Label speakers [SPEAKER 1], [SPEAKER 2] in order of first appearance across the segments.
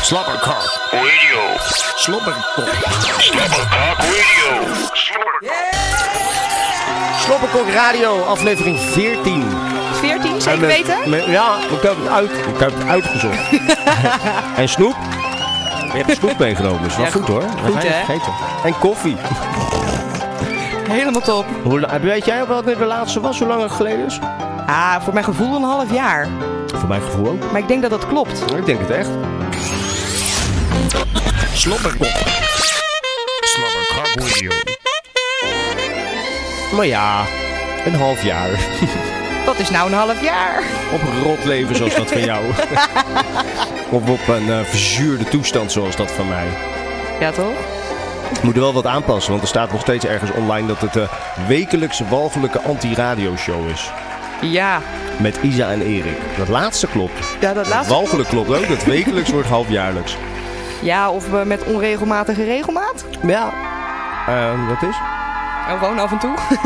[SPEAKER 1] Slobberkok
[SPEAKER 2] Radio.
[SPEAKER 1] Slobberkok.
[SPEAKER 2] Slobberkok Radio. Slobberkok.
[SPEAKER 1] Slobberkok Radio, aflevering 14.
[SPEAKER 3] 14,
[SPEAKER 1] En
[SPEAKER 3] zeker
[SPEAKER 1] met-
[SPEAKER 3] weten?
[SPEAKER 1] met- ja, ik heb het, uit, ik heb het uitgezocht. en snoep. Je hebt snoep meegenomen, dus wel
[SPEAKER 3] Ja,
[SPEAKER 1] goed
[SPEAKER 3] goed-
[SPEAKER 1] hoor. Dat ga je
[SPEAKER 3] hè?
[SPEAKER 1] niet vergeten. En koffie.
[SPEAKER 3] Helemaal top.
[SPEAKER 1] Hoe, la- weet jij wat de laatste was, hoe lang het geleden is?
[SPEAKER 3] Ah, voor mijn gevoel een half jaar.
[SPEAKER 1] Voor mijn gevoel ook.
[SPEAKER 3] Maar ik denk dat dat klopt.
[SPEAKER 1] Ik denk het echt. Slobberkok.
[SPEAKER 2] Slobberkok Radio.
[SPEAKER 1] Maar ja, een half jaar.
[SPEAKER 3] Dat is nou een half jaar.
[SPEAKER 1] Op een rot leven zoals dat van jou. of op een eh, verzuurde toestand zoals dat van mij.
[SPEAKER 3] Ja, toch?
[SPEAKER 1] Ik moet er wel wat aanpassen, want er staat nog steeds ergens online dat het de wekelijkse walgelijke anti-radio-show is.
[SPEAKER 3] Ja.
[SPEAKER 1] Met Isa en Erik. Dat laatste klopt.
[SPEAKER 3] Ja, dat
[SPEAKER 1] Dat
[SPEAKER 3] laatste.
[SPEAKER 1] walgelijk klopt ook. Dat wekelijks wordt halfjaarlijks.
[SPEAKER 3] Ja, of we met onregelmatige regelmaat.
[SPEAKER 1] Ja. Ehm, wat is?
[SPEAKER 3] En gewoon af en toe. Eh,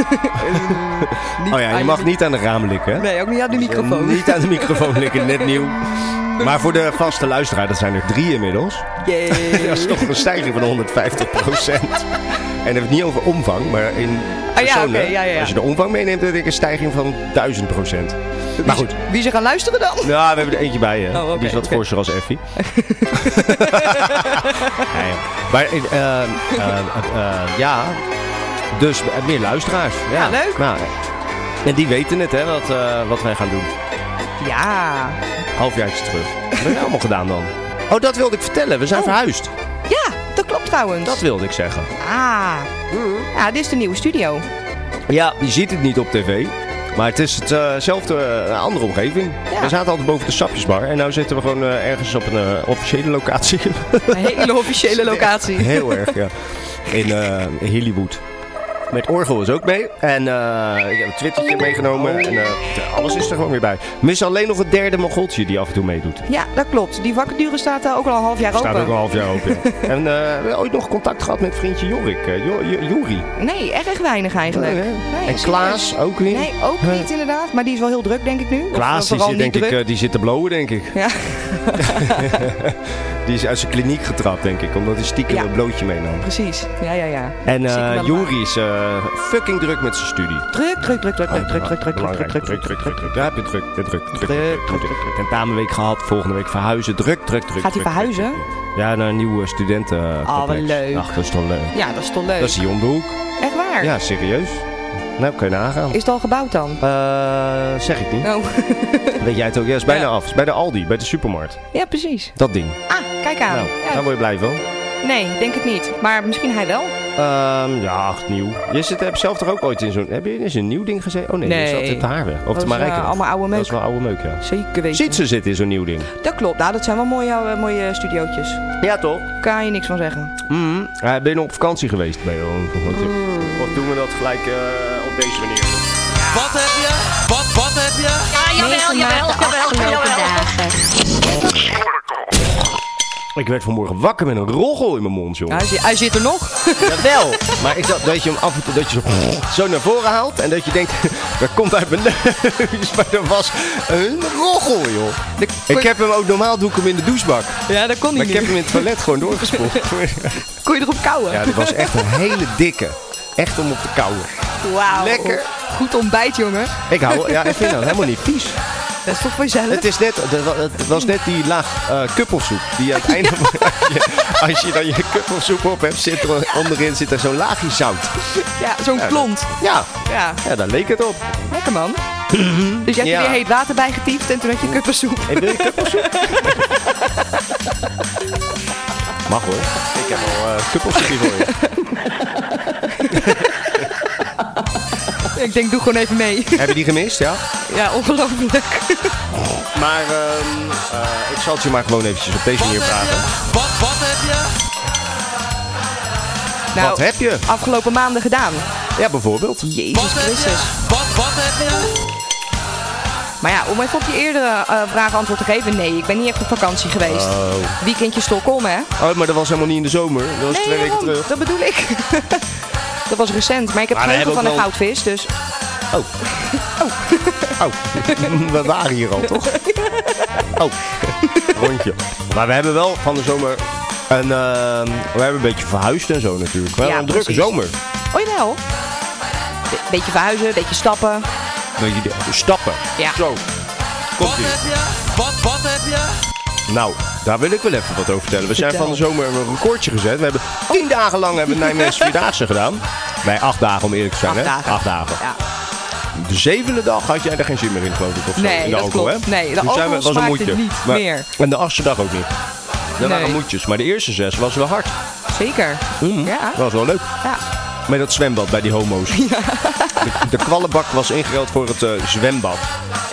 [SPEAKER 3] Niet
[SPEAKER 1] Oh ja, je
[SPEAKER 3] aan
[SPEAKER 1] mag
[SPEAKER 3] je-
[SPEAKER 1] niet aan de ramen likken. hè?
[SPEAKER 3] Nee, ook niet aan de microfoon.
[SPEAKER 1] Niet aan de microfoon likken, net nieuw. Maar voor de vaste luisteraar, dat zijn er drie inmiddels.
[SPEAKER 3] Yay.
[SPEAKER 1] Dat is toch een stijging van 150 procent. En dan heb ik het niet over omvang, maar in personen.
[SPEAKER 3] oké, Ah, ja, ja, ja.
[SPEAKER 1] Als je de omvang meeneemt, dan denk ik een stijging van 1000 procent. Maar Nou goed.
[SPEAKER 3] Wie ze gaan luisteren dan?
[SPEAKER 1] Nou, we hebben er eentje bij, hè.
[SPEAKER 3] Oh, oké,
[SPEAKER 1] Die is wat
[SPEAKER 3] oké.
[SPEAKER 1] forser als Effie. nee, maar, eh, eh, eh, eh, ja, dus eh, meer luisteraars. Ja,
[SPEAKER 3] Ja, leuk.
[SPEAKER 1] Nou, en die weten het, hè, wat, eh, wat wij gaan doen.
[SPEAKER 3] Ja.
[SPEAKER 1] Halfjaartje terug. Wat hebben we nou allemaal gedaan dan? Oh, dat wilde ik vertellen. We zijn
[SPEAKER 3] Oh.
[SPEAKER 1] verhuisd.
[SPEAKER 3] Ja, dat klopt trouwens.
[SPEAKER 1] Dat wilde ik zeggen.
[SPEAKER 3] Ah. Ja, dit is de nieuwe studio.
[SPEAKER 1] Ja, je ziet het niet op tv. Maar het eh, is hetzelfde, andere omgeving.
[SPEAKER 3] Ja.
[SPEAKER 1] We zaten altijd boven de sapjesbar. En nu zitten we gewoon eh, ergens op een eh, officiële locatie.
[SPEAKER 3] Een hele officiële locatie.
[SPEAKER 1] Heel erg, ja. In eh Hollywood. Met orgel is ook mee. En eh, ik heb een twittertje meegenomen. En eh, alles is er gewoon weer bij. Mis alleen nog het derde mogoltje die af en toe meedoet.
[SPEAKER 3] Ja, dat klopt. Die vacature staat daar ook al een half jaar
[SPEAKER 1] Staat ook
[SPEAKER 3] open.
[SPEAKER 1] een half jaar open. ja. en eh, we hebben ooit nog contact gehad met vriendje Jorik. eh, Jo- Jo- Jori.
[SPEAKER 3] Nee, erg weinig eigenlijk.
[SPEAKER 1] Nee, hè?
[SPEAKER 3] Nee,
[SPEAKER 1] en Klaas ook niet.
[SPEAKER 3] Nee, ook
[SPEAKER 1] Huh.
[SPEAKER 3] niet inderdaad. Maar die is wel heel druk, denk ik nu. Of
[SPEAKER 1] Klaas die
[SPEAKER 3] vooral
[SPEAKER 1] zit,
[SPEAKER 3] niet
[SPEAKER 1] denk ik,
[SPEAKER 3] druk.
[SPEAKER 1] eh, die zit te blowen, denk ik.
[SPEAKER 3] Ja.
[SPEAKER 1] Die is uit zijn kliniek getrapt, denk ik. Omdat hij stiekem
[SPEAKER 3] Ja.
[SPEAKER 1] een blootje meenam.
[SPEAKER 3] Precies. Ja, ja, ja.
[SPEAKER 1] En
[SPEAKER 3] Zie ik
[SPEAKER 1] eh
[SPEAKER 3] wel
[SPEAKER 1] Jori is eh, fucking druk met zijn studie. Oh,
[SPEAKER 3] Druk, druk, druk, druk, druk, druk, druk, druk, druk,
[SPEAKER 1] Belangrijk.
[SPEAKER 3] druk, druk, druk, druk.
[SPEAKER 1] Daar heb je druk, druk, druk, druk, druk,
[SPEAKER 3] Druk,
[SPEAKER 1] druk, druk. Tentamenweek gehad, volgende week verhuizen. Druk, druk, druk.
[SPEAKER 3] Gaat
[SPEAKER 1] druk,
[SPEAKER 3] hij
[SPEAKER 1] druk,
[SPEAKER 3] verhuizen?
[SPEAKER 1] druk. Ja, naar een nieuwe studenten.
[SPEAKER 3] Ah, wat leuk.
[SPEAKER 1] Ach, dat is toch leuk.
[SPEAKER 3] Ja, dat is toch leuk.
[SPEAKER 1] Dat is hier om de hoek.
[SPEAKER 3] Echt waar?
[SPEAKER 1] Ja, serieus. Nou, kun je nagaan.
[SPEAKER 3] Is het al gebouwd dan?
[SPEAKER 1] Eh, zeg ik niet.
[SPEAKER 3] Oh.
[SPEAKER 1] Weet jij het ook? Ja, is bijna
[SPEAKER 3] Ja.
[SPEAKER 1] af. Is bij de Aldi, bij de supermarkt.
[SPEAKER 3] Ja, precies.
[SPEAKER 1] Dat ding.
[SPEAKER 3] Ah, kijk aan.
[SPEAKER 1] nou,
[SPEAKER 3] Ja.
[SPEAKER 1] daar word je blij van.
[SPEAKER 3] Nee, denk het niet. Maar misschien hij wel.
[SPEAKER 1] Ehm, ja, ach, nieuw. Je zit, hebt zelf toch ook ooit in zo'n... Heb je in zo'n nieuw ding gezeten? Oh nee,
[SPEAKER 3] Nee.
[SPEAKER 1] je zat in de haarweg. Of
[SPEAKER 3] Dat
[SPEAKER 1] de
[SPEAKER 3] is, eh,
[SPEAKER 1] Marijke.
[SPEAKER 3] allemaal oude
[SPEAKER 1] Dat
[SPEAKER 3] meuk.
[SPEAKER 1] is wel oude meuk, ja.
[SPEAKER 3] Zeker weten.
[SPEAKER 1] Ziet ze zitten in zo'n nieuw ding.
[SPEAKER 3] Dat klopt. Nou, dat zijn wel mooie, eh, mooie studiootjes.
[SPEAKER 1] Ja, toch?
[SPEAKER 3] Kan je niks van zeggen.
[SPEAKER 1] Mhm. Eh, ben je nog op vakantie geweest? Ben je wel op vakantie? Of doen we dat gelijk eh, op deze manier?
[SPEAKER 4] Wat heb je? Wat, wat heb je?
[SPEAKER 5] Ja, jawel, jawel, jawel, jawel.
[SPEAKER 2] Slobberkok.
[SPEAKER 1] Ik werd vanmorgen wakker met een roggel in mijn mond, joh.
[SPEAKER 3] Hij, zi- hij zit er nog.
[SPEAKER 1] Jawel! maar ik dacht dat je hem af en toe dat je zo, zo naar voren haalt en dat je denkt, dat komt uit mijn neus. Maar dat was een roggel, joh. Ik heb hem ook normaal doe ik hem in de douchebak.
[SPEAKER 3] Ja, dat kon
[SPEAKER 1] Maar
[SPEAKER 3] hij
[SPEAKER 1] ik
[SPEAKER 3] niet.
[SPEAKER 1] heb hem in het toilet gewoon doorgespoeld.
[SPEAKER 3] Kon je erop kouwen?
[SPEAKER 1] ja, dat was echt een hele dikke. Echt om op te kauwen.
[SPEAKER 3] Wauw.
[SPEAKER 1] Lekker.
[SPEAKER 3] Goed ontbijt, jongen.
[SPEAKER 1] Ik hou, ja, ik vind dat helemaal niet vies.
[SPEAKER 3] Dat is toch voor jezelf?
[SPEAKER 1] Het, is net, dat wa- het was net die laag eh kuppelsoep. Die aan het einde van- als, je, als je dan je kuppelsoep op hebt, zit er onderin zit er zo'n laagje zout.
[SPEAKER 3] Ja, zo'n klont.
[SPEAKER 1] Ja,
[SPEAKER 3] Ja,
[SPEAKER 1] ja, daar leek het op.
[SPEAKER 3] lekker man. Dus je hebt
[SPEAKER 1] Ja.
[SPEAKER 3] er weer heet water bij getiefd en toen had je kuppensoep.
[SPEAKER 1] En wil je kuppelsoep? Mag hoor. Ik heb al eh kuppelsoepje voor je.
[SPEAKER 3] Ik denk, doe gewoon even mee.
[SPEAKER 1] Heb je die gemist, ja?
[SPEAKER 3] Ja, ongelooflijk.
[SPEAKER 1] Maar ehm, eh, ik zal het je maar gewoon eventjes op deze
[SPEAKER 4] Wat
[SPEAKER 1] manier
[SPEAKER 4] heb
[SPEAKER 1] vragen.
[SPEAKER 4] je? Wat, wat heb je?
[SPEAKER 3] Nou,
[SPEAKER 1] Wat heb je?
[SPEAKER 3] afgelopen maanden gedaan.
[SPEAKER 1] Ja, bijvoorbeeld.
[SPEAKER 3] Jezus
[SPEAKER 4] Wat heb je?
[SPEAKER 3] Christus.
[SPEAKER 4] Wat, wat heb je?
[SPEAKER 3] Maar ja, om even op je eerdere eh, vraag antwoord te geven. Nee, ik ben niet echt op vakantie geweest. Weekendje Stockholm, hè?
[SPEAKER 1] Oh, maar dat was helemaal niet in de zomer. Dat was Oh. twee weken
[SPEAKER 3] daarom.
[SPEAKER 1] terug.
[SPEAKER 3] dat bedoel ik. dat was recent, maar ik heb
[SPEAKER 1] Maar we
[SPEAKER 3] geen
[SPEAKER 1] hebben
[SPEAKER 3] van
[SPEAKER 1] ook
[SPEAKER 3] een
[SPEAKER 1] wel-
[SPEAKER 3] goudvis, dus...
[SPEAKER 1] Oh. Oh. Oh. We waren hier al, toch? Oh. Rondje. Maar we hebben wel van de zomer een... ehm, we hebben een beetje verhuisd en zo natuurlijk. Wel
[SPEAKER 3] Ja,
[SPEAKER 1] een drukke
[SPEAKER 3] precies.
[SPEAKER 1] zomer.
[SPEAKER 3] Oh jawel. Be- beetje verhuizen, beetje stappen.
[SPEAKER 1] Dat je de- stappen.
[SPEAKER 3] Ja.
[SPEAKER 1] Zo.
[SPEAKER 4] Wat
[SPEAKER 1] Komt ie.
[SPEAKER 4] heb je? Wat, wat heb je?
[SPEAKER 1] Nou, daar wil ik wel even wat over vertellen. We zijn
[SPEAKER 3] Vertel. Oh.
[SPEAKER 1] van de zomer een recordje gezet. We hebben tien dagen lang hebben we Nijmeegse Vierdaagse gedaan. Nee, acht dagen om eerlijk te zijn.
[SPEAKER 3] Acht
[SPEAKER 1] hè?
[SPEAKER 3] dagen.
[SPEAKER 1] Acht dagen.
[SPEAKER 3] Ja.
[SPEAKER 1] De zevende dag had jij er geen zin meer in, geloof ik. Of zo,
[SPEAKER 3] Nee,
[SPEAKER 1] in de
[SPEAKER 3] dat
[SPEAKER 1] alcohol,
[SPEAKER 3] klopt.
[SPEAKER 1] Hè?
[SPEAKER 3] Nee, de
[SPEAKER 1] Toen zijn we-
[SPEAKER 3] alcohol
[SPEAKER 1] was een
[SPEAKER 3] smaakte
[SPEAKER 1] moedje.
[SPEAKER 3] niet meer.
[SPEAKER 1] En de achtste dag ook niet. Dat waren
[SPEAKER 3] Nee. Ah.
[SPEAKER 1] moedjes. Maar de eerste zes was wel hard.
[SPEAKER 3] Zeker. Ja.
[SPEAKER 1] Dat was wel leuk.
[SPEAKER 3] ja.
[SPEAKER 1] Met dat zwembad bij die homo's. De, de kwallenbak was ingereld voor het eh, zwembad.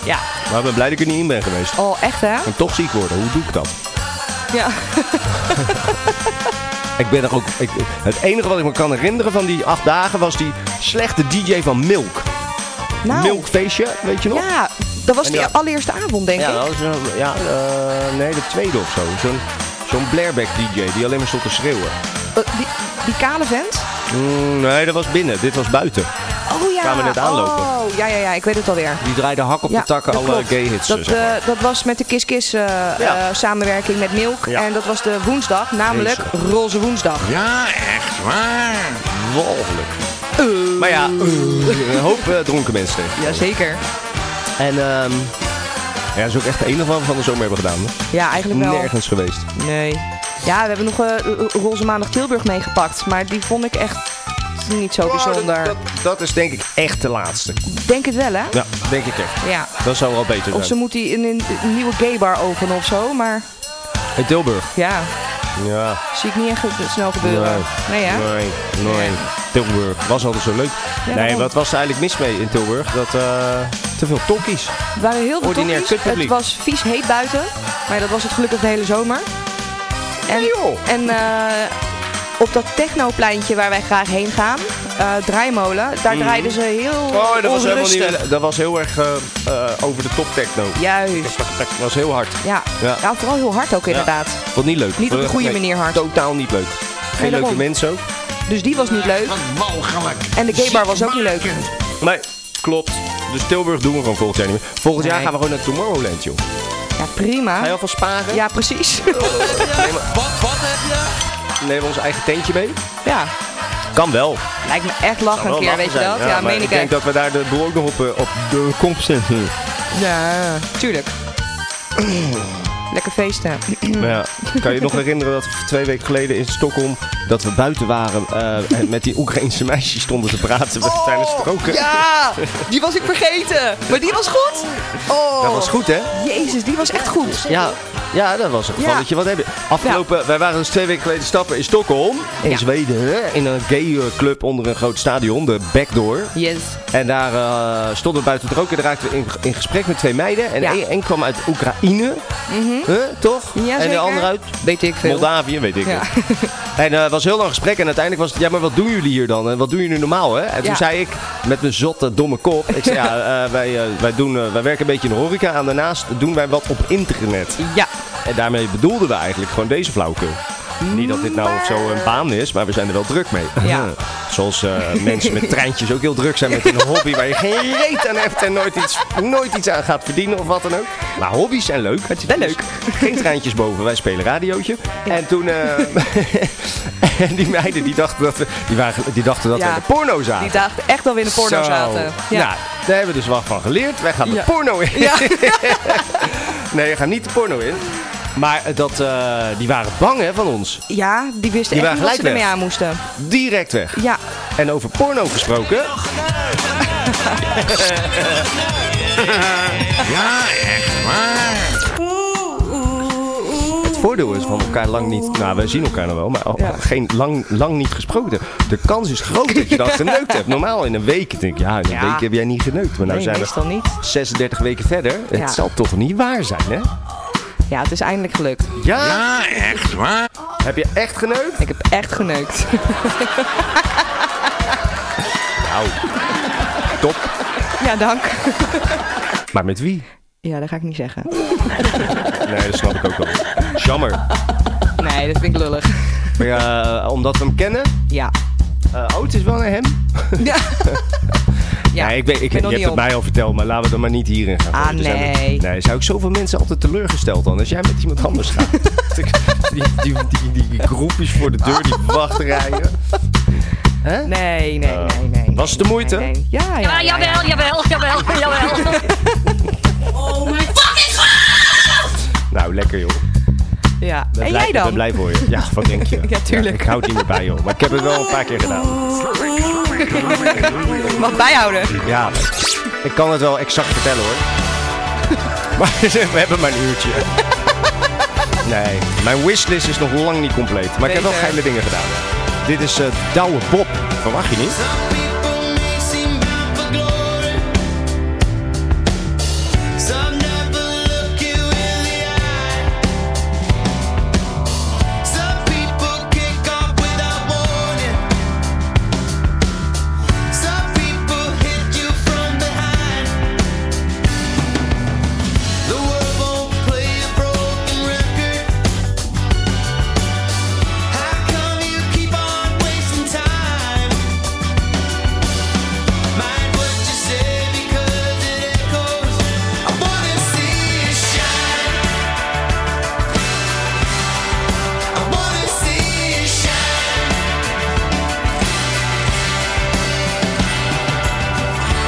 [SPEAKER 3] Ja.
[SPEAKER 1] Maar ik ben blij dat ik er niet in ben geweest.
[SPEAKER 3] Oh, echt hè?
[SPEAKER 1] En toch ziek worden, hoe doe ik dat?
[SPEAKER 3] Ja.
[SPEAKER 1] Ik ben er ook. Ik, het enige wat ik me kan herinneren van die acht dagen was die slechte DJ van Milk.
[SPEAKER 3] Nou.
[SPEAKER 1] Milkfeestje, weet je nog?
[SPEAKER 3] Ja, dat was
[SPEAKER 1] En
[SPEAKER 3] die
[SPEAKER 1] ja.
[SPEAKER 3] allereerste avond, denk
[SPEAKER 1] Ja,
[SPEAKER 3] ik.
[SPEAKER 1] dat was een, ja eh, nee, de tweede of zo. Zo'n zo'n Blairback DJ die alleen maar stond te schreeuwen.
[SPEAKER 3] Eh, die, die kale vent.
[SPEAKER 1] Mm, nee, dat was binnen, dit was buiten.
[SPEAKER 3] Oh ja.
[SPEAKER 1] Kwamen we net aanlopen.
[SPEAKER 3] Oh, ja, ja, ja. Ik weet het alweer.
[SPEAKER 1] Die draaide hak op
[SPEAKER 3] Ja,
[SPEAKER 1] de takken
[SPEAKER 3] dat
[SPEAKER 1] alle
[SPEAKER 3] klopt.
[SPEAKER 1] gay hits.
[SPEAKER 3] Dat,
[SPEAKER 1] zeg maar.
[SPEAKER 3] eh, dat was met de Kiss Kiss eh,
[SPEAKER 1] Ja.
[SPEAKER 3] eh, samenwerking met Milk.
[SPEAKER 1] Ja.
[SPEAKER 3] En dat was de woensdag, namelijk
[SPEAKER 1] Jezus.
[SPEAKER 3] Roze Woensdag.
[SPEAKER 2] Ja, echt waar.
[SPEAKER 3] eh,
[SPEAKER 1] Walgelijk. Maar ja, een hoop eh, dronken mensen.
[SPEAKER 3] Jazeker.
[SPEAKER 1] En ehm ja, dat is ook echt de enige wat we van de zomer hebben gedaan. hè?
[SPEAKER 3] Ja, eigenlijk wel.
[SPEAKER 1] Nergens geweest.
[SPEAKER 3] Nee. Ja, we hebben nog eh, Roze Maandag Tilburg meegepakt. Maar die vond ik echt niet zo bijzonder.
[SPEAKER 1] Dat, dat- dat is denk ik echt de laatste.
[SPEAKER 3] Denk het wel, hè?
[SPEAKER 1] Ja, denk ik echt.
[SPEAKER 3] Ja.
[SPEAKER 1] Dat zou wel beter
[SPEAKER 3] Of
[SPEAKER 1] zijn.
[SPEAKER 3] ze moet die in een, een nieuwe gaybar openen of zo. Maar
[SPEAKER 1] In Tilburg.
[SPEAKER 3] ja,
[SPEAKER 1] Ja.
[SPEAKER 3] zie ik niet echt ge- snel gebeuren. Nee, hè?
[SPEAKER 1] Nee, nee. Tilburg was altijd zo leuk. nee,
[SPEAKER 3] waarom?
[SPEAKER 1] wat was er eigenlijk mis mee in Tilburg? Dat eh, te veel tokkies.
[SPEAKER 3] Er waren heel veel
[SPEAKER 1] Ordinair
[SPEAKER 3] tokkies. Het
[SPEAKER 1] kutpubliek.
[SPEAKER 3] was vies heet buiten. Maar dat was het gelukkig de hele zomer. En,
[SPEAKER 1] joh.
[SPEAKER 3] en eh, op dat technopleintje waar wij graag heen gaan, eh, Draaimolen, daar draaiden ze heel
[SPEAKER 1] Mhm. Oh, dat was helemaal
[SPEAKER 3] onrustig.
[SPEAKER 1] niet. Dat was heel erg eh, eh, over de top techno.
[SPEAKER 3] Juist,
[SPEAKER 1] Dat was heel hard.
[SPEAKER 3] ja.
[SPEAKER 1] Ja.
[SPEAKER 3] ja. vooral heel hard ook inderdaad.
[SPEAKER 1] Vond niet leuk.
[SPEAKER 3] Niet op de goede
[SPEAKER 1] Nee,
[SPEAKER 3] manier hard.
[SPEAKER 1] Totaal niet leuk. Geen
[SPEAKER 3] Nee,
[SPEAKER 1] leuke
[SPEAKER 3] daarom.
[SPEAKER 1] mensen ook.
[SPEAKER 3] Dus die was niet leuk.
[SPEAKER 2] Walgelijk.
[SPEAKER 3] En de gaybar was ook niet leuk.
[SPEAKER 1] Nee, klopt. Dus Tilburg doen we gewoon volgend jaar niet meer. Volgend jaar
[SPEAKER 3] Nee.
[SPEAKER 1] gaan we gewoon naar Tomorrowland, joh.
[SPEAKER 3] Ja,
[SPEAKER 1] Ga je
[SPEAKER 3] prima.
[SPEAKER 1] alvast sparen?
[SPEAKER 3] Ja, precies.
[SPEAKER 4] Wat, wat heb je?
[SPEAKER 1] Nemen we ons eigen tentje mee?
[SPEAKER 3] Ja,
[SPEAKER 1] Kan wel.
[SPEAKER 3] lijkt me echt lachen een keer, weet je dat? Ja,
[SPEAKER 1] maar
[SPEAKER 3] meen
[SPEAKER 1] ik
[SPEAKER 3] ik
[SPEAKER 1] denk
[SPEAKER 3] echt.
[SPEAKER 1] dat we daar de boel ook nog op, eh, op de komst zetten.
[SPEAKER 3] Ja, tuurlijk. Lekker feesten.
[SPEAKER 1] Maar ja, kan je nog herinneren dat we twee weken geleden in Stockholm... dat we buiten waren eh, en met die Oekraïnse meisjes stonden te praten tijdens het roken?
[SPEAKER 3] Oh, Ja, die was ik vergeten. Maar die was goed. Oh,
[SPEAKER 1] Dat was goed, hè?
[SPEAKER 3] Jezus, die was echt goed.
[SPEAKER 1] Ja, ja dat was een
[SPEAKER 3] Ja.
[SPEAKER 1] gevalletje. Wat heb je? Afgelopen, wij waren dus twee weken geleden stappen in Stockholm, in
[SPEAKER 3] Ja.
[SPEAKER 1] Zweden, hè, in een gay eh, club onder een groot stadion, de Backdoor.
[SPEAKER 3] Yes.
[SPEAKER 1] En daar eh, stonden we buiten het roken en raakten we in, in gesprek met twee meiden. En
[SPEAKER 3] Ja.
[SPEAKER 1] één één kwam uit Oekraïne, Huh, toch? en de
[SPEAKER 3] Jazeker.
[SPEAKER 1] andere uit
[SPEAKER 3] Weet ik veel.
[SPEAKER 1] Moldavië, weet ik
[SPEAKER 3] Ja.
[SPEAKER 1] niet. En eh, het was een heel lang gesprek en uiteindelijk was het, ja maar wat doen jullie hier dan? En wat doen jullie normaal hè? En toen
[SPEAKER 3] Ja.
[SPEAKER 1] zei ik met mijn zotte domme kop, ik zei ja, eh, wij, eh, wij, doen, eh, wij werken een beetje in de horeca en daarnaast doen wij wat op internet.
[SPEAKER 3] Ja,
[SPEAKER 1] En daarmee bedoelden we eigenlijk gewoon deze flauwkul. Niet dat dit nou of zo een baan is, maar we zijn er wel druk mee.
[SPEAKER 3] Ja.
[SPEAKER 1] Zoals eh, mensen met treintjes ook heel druk zijn met een hobby waar je geen reet aan hebt en nooit iets, nooit iets aan gaat verdienen of wat dan ook. Maar hobby's zijn leuk. Het is
[SPEAKER 3] wel leuk.
[SPEAKER 1] Geen treintjes boven, wij spelen radiootje. En toen, eh, en die meiden die dachten dat we, die waren, die dachten dat
[SPEAKER 3] Ja.
[SPEAKER 1] we in de porno zaten.
[SPEAKER 3] die dagen echt wel weer in de porno
[SPEAKER 1] Zo.
[SPEAKER 3] zaten.
[SPEAKER 1] Nou,
[SPEAKER 3] Ja.
[SPEAKER 1] daar hebben we dus wat van geleerd. Wij gaan de
[SPEAKER 3] Ja.
[SPEAKER 1] porno in.
[SPEAKER 3] Ja.
[SPEAKER 1] nee, we gaan niet de porno in. Maar dat, eh, die waren bang hè, van ons.
[SPEAKER 3] ja, die wisten
[SPEAKER 1] Die waren
[SPEAKER 3] echt niet wat
[SPEAKER 1] gelijk
[SPEAKER 3] ze ermee
[SPEAKER 1] weg. Nou,
[SPEAKER 3] aan moesten.
[SPEAKER 1] Direct weg.
[SPEAKER 3] Ja,
[SPEAKER 1] En over porno gesproken.
[SPEAKER 2] Ja, echt waar.
[SPEAKER 1] Het voordeel is van elkaar lang niet. Nou, wij zien elkaar nog wel, maar al-
[SPEAKER 3] Ja.
[SPEAKER 1] geen lang, lang niet gesproken. De kans is groot dat je dan geneukt hebt. Normaal in een week denk ik, ja, in een
[SPEAKER 3] Ja.
[SPEAKER 1] week heb jij niet geneukt. Maar nou
[SPEAKER 3] nee,
[SPEAKER 1] zijn we
[SPEAKER 3] meestal niet.
[SPEAKER 1] 36 weken verder. Het
[SPEAKER 3] Ja.
[SPEAKER 1] zal toch niet waar zijn, hè?
[SPEAKER 3] Ja, het is eindelijk gelukt.
[SPEAKER 1] Ja?
[SPEAKER 2] Ja, echt waar.
[SPEAKER 1] Heb je echt geneukt?
[SPEAKER 3] Ik heb echt geneukt.
[SPEAKER 1] Nou, top.
[SPEAKER 3] ja, dank.
[SPEAKER 1] Maar met wie?
[SPEAKER 3] Ja, dat ga ik niet zeggen.
[SPEAKER 1] Nee, dat snap ik ook wel. Jammer.
[SPEAKER 3] Nee, dat vind ik lullig.
[SPEAKER 1] Maar eh, ja, omdat we hem kennen.
[SPEAKER 3] Ja.
[SPEAKER 1] eh oh, het is wel naar hem.
[SPEAKER 3] Ja. Ja,
[SPEAKER 1] nee, ik weet, ik,
[SPEAKER 3] ben
[SPEAKER 1] je
[SPEAKER 3] nog
[SPEAKER 1] hebt
[SPEAKER 3] niet
[SPEAKER 1] het
[SPEAKER 3] op.
[SPEAKER 1] mij al verteld, maar laten we er maar niet hierin gaan.
[SPEAKER 3] Ah,
[SPEAKER 1] gooien. Er zijn-
[SPEAKER 3] nee.
[SPEAKER 1] nee. Zou ik zoveel mensen altijd teleurgesteld dan als jij met iemand anders gaat? die, die, die, die groepjes voor de deur, die wachtrijden.
[SPEAKER 3] Nee, nee, nee, nee. nee,
[SPEAKER 1] Eh, Was het de
[SPEAKER 3] nee,
[SPEAKER 1] moeite?
[SPEAKER 3] nee, nee. Ja,
[SPEAKER 5] Ja,
[SPEAKER 3] ja, ja, ja.
[SPEAKER 5] jawel, Oh jawel, jawel, jawel.
[SPEAKER 1] Nou, lekker joh.
[SPEAKER 3] Ja.
[SPEAKER 1] Ben
[SPEAKER 3] En
[SPEAKER 1] blij,
[SPEAKER 3] jij
[SPEAKER 1] ben
[SPEAKER 3] dan?
[SPEAKER 1] blij voor je. Ja, wat denk je?
[SPEAKER 3] Ja, tuurlijk.
[SPEAKER 1] ik hou het niet meer bij joh. Maar ik heb het wel een paar keer gedaan.
[SPEAKER 3] Mag bijhouden.
[SPEAKER 1] Ja, ik kan het wel exact vertellen hoor. Maar we hebben maar een uurtje. Nee, mijn wishlist is nog lang niet compleet. Maar ik heb wel
[SPEAKER 3] Beter.
[SPEAKER 1] geile dingen gedaan. Dit is eh Douwe Bob. Verwacht je niet?
[SPEAKER 6] Time. Mind what you say because it echoes. I wanna see you shine. I wanna see you shine.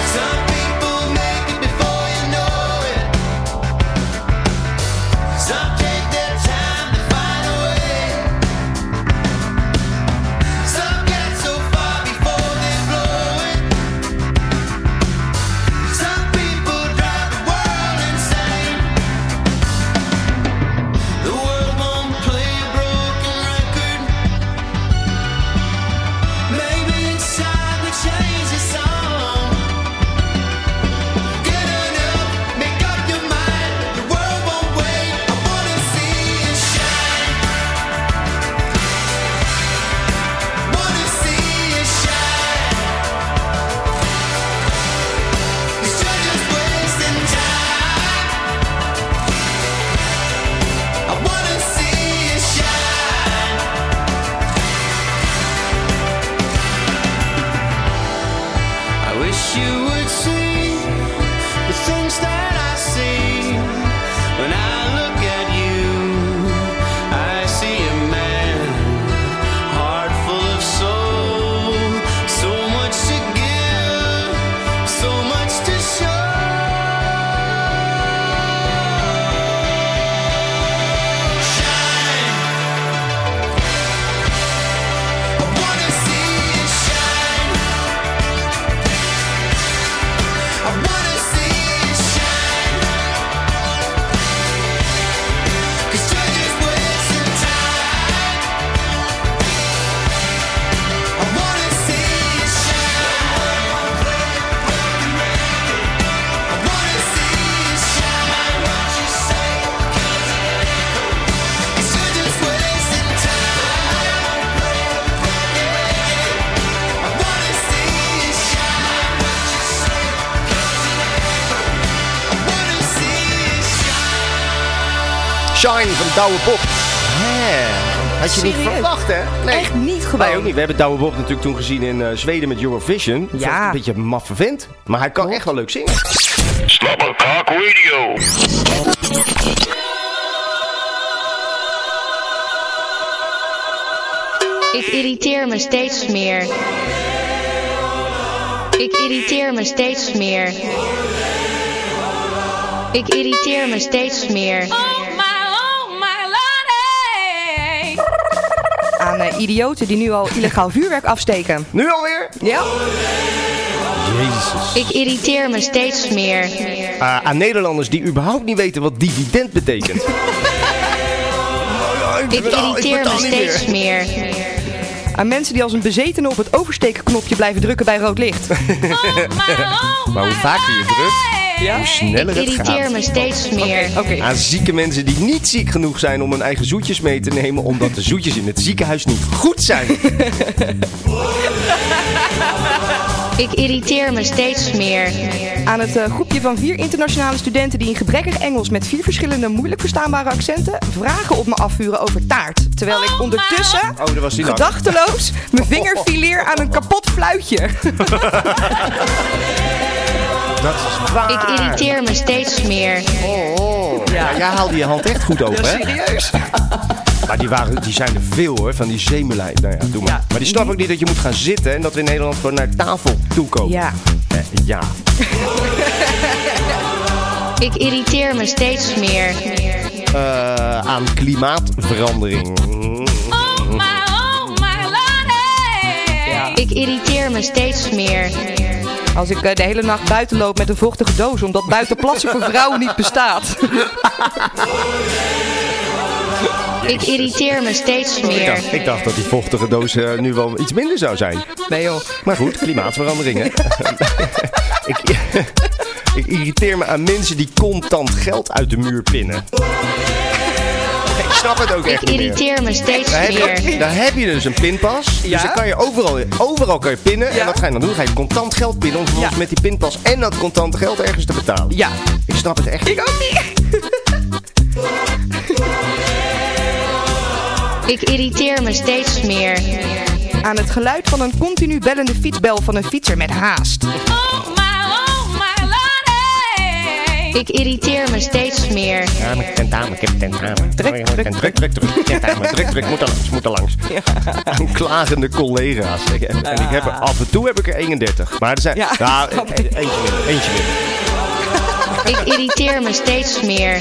[SPEAKER 6] Some people make it before you know it. Some take their time to find a way. Some get so far before they blow it. Some people drive the world insane. The world won't play a broken record. Maybe it's time to change the song. Get up, make up your mind. The world won't wait. I wanna see you shine. Wanna see you shine. Cause you're just wasting time. I wanna see you shine. I wish you would see the things that I see when I look at you. I see a man, heart full of soul, so much to give, so much to show. Shine. I wanna see it shine. I wanna see it shine. 'Cause you're just wasting time. I wanna see it shine. I wanna see it shine. What you say? 'Cause you're just wasting time. I wanna see it shine. What you say? I wanna see it shine.
[SPEAKER 1] Shine van Douwe Bob. Hè, Had je niet
[SPEAKER 3] Serieus?
[SPEAKER 1] verwacht, hè? Nee.
[SPEAKER 3] Echt niet
[SPEAKER 1] Wij ook
[SPEAKER 3] gewoon.
[SPEAKER 1] niet. We hebben Douwe Bob natuurlijk toen gezien in eh, Zweden met Eurovision. Dat was
[SPEAKER 3] Ja.
[SPEAKER 1] Een beetje een maffe vent. Maar hij kan echt wel leuk zingen.
[SPEAKER 2] Slobberkok Radio.
[SPEAKER 7] Ik irriteer me steeds meer. Ik irriteer me steeds meer. Ik irriteer me steeds meer.
[SPEAKER 5] Oh my, oh my lordy.
[SPEAKER 3] Aan eh, idioten die nu al illegaal vuurwerk afsteken.
[SPEAKER 1] Nu alweer?
[SPEAKER 3] Ja?
[SPEAKER 1] Jezus.
[SPEAKER 7] Ik irriteer me steeds meer.
[SPEAKER 1] Eh, aan Nederlanders die überhaupt niet weten wat dividend betekent. Nou, Oh,
[SPEAKER 7] Ik irriteer me steeds meer.
[SPEAKER 3] Aan mensen die als een bezetene op het overstekenknopje blijven drukken bij rood licht.
[SPEAKER 5] Oh my, oh
[SPEAKER 1] Maar hoe
[SPEAKER 5] my
[SPEAKER 1] vaker je drukt,
[SPEAKER 5] lordy.
[SPEAKER 3] Ja?
[SPEAKER 1] hoe sneller
[SPEAKER 7] Ik
[SPEAKER 1] het
[SPEAKER 7] irriteer
[SPEAKER 1] gaat.
[SPEAKER 7] me steeds meer.
[SPEAKER 3] Oké.
[SPEAKER 1] Aan zieke mensen die niet ziek genoeg zijn om hun eigen zoetjes mee te nemen, omdat de zoetjes in het ziekenhuis niet goed zijn.
[SPEAKER 7] Ik irriteer me steeds meer.
[SPEAKER 3] Aan het eh, groepje van vier internationale studenten die in gebrekkig Engels met vier verschillende moeilijk verstaanbare accenten vragen op me afvuren over taart. Terwijl ik ondertussen
[SPEAKER 1] Oh, dat was die lang.
[SPEAKER 3] gedachteloos mijn vinger fileer aan een kapot fluitje.
[SPEAKER 1] Dat is waar.
[SPEAKER 7] Ik irriteer me steeds meer.
[SPEAKER 1] Ja, jij haalde je hand echt goed open, hè?
[SPEAKER 3] Serieus?
[SPEAKER 1] Maar die, waren, die zijn er veel, hoor, van die zemelijn. Nou ja, doe maar.
[SPEAKER 3] Ja.
[SPEAKER 1] Maar die snap ook niet dat je moet gaan zitten en dat we in Nederland gewoon naar tafel toe komen.
[SPEAKER 3] Ja.
[SPEAKER 1] Eh, ja.
[SPEAKER 7] Ik irriteer me steeds meer.
[SPEAKER 1] Eh, aan klimaatverandering.
[SPEAKER 5] Oh my, oh my lordy.
[SPEAKER 7] Ik irriteer me steeds meer.
[SPEAKER 3] Als ik eh, de hele nacht buiten loop met een vochtige doos omdat buiten plassen voor vrouwen niet bestaat.
[SPEAKER 7] Ik irriteer me steeds
[SPEAKER 1] Ik
[SPEAKER 7] meer.
[SPEAKER 1] dacht, ik dacht dat die vochtige doos eh, nu wel iets minder zou zijn.
[SPEAKER 3] Nee joh.
[SPEAKER 1] Maar goed, klimaatverandering, hè? ik, ik irriteer me aan mensen die contant geld uit de muur pinnen. Ik snap het ook echt
[SPEAKER 7] Ik
[SPEAKER 1] niet meer.
[SPEAKER 7] irriteer me steeds
[SPEAKER 1] Dan heb,
[SPEAKER 7] meer.
[SPEAKER 1] je, dan heb je dus een pinpas. Dus
[SPEAKER 3] Ja.
[SPEAKER 1] dan kan je overal, overal kan je pinnen.
[SPEAKER 3] Ja.
[SPEAKER 1] En wat ga je dan doen? Ga je contant geld pinnen om vervolgens
[SPEAKER 3] Ja.
[SPEAKER 1] met die pinpas en dat contant geld ergens te betalen.
[SPEAKER 3] Ja.
[SPEAKER 1] Ik snap het echt.
[SPEAKER 3] Ik ook niet.
[SPEAKER 7] Ik irriteer me steeds meer.
[SPEAKER 3] Aan het geluid van een continu bellende fietsbel van een fietser met haast.
[SPEAKER 5] Oh my, oh my lordy.
[SPEAKER 7] Ik irriteer me steeds meer.
[SPEAKER 1] Tentamen, tentamen, ik heb tentamen.
[SPEAKER 3] Druk, druk,
[SPEAKER 1] druk, druk, druk, tentamen, druk, druk, moet er langs, moet er langs. Aan klagende collega's. Ik heb- En ik heb er, af en toe heb ik er 31. Maar er zijn,
[SPEAKER 3] Ja,
[SPEAKER 1] nou,
[SPEAKER 3] snap
[SPEAKER 1] e-
[SPEAKER 3] ik.
[SPEAKER 1] eentje minder, eentje minder.
[SPEAKER 7] Ik irriteer me steeds meer.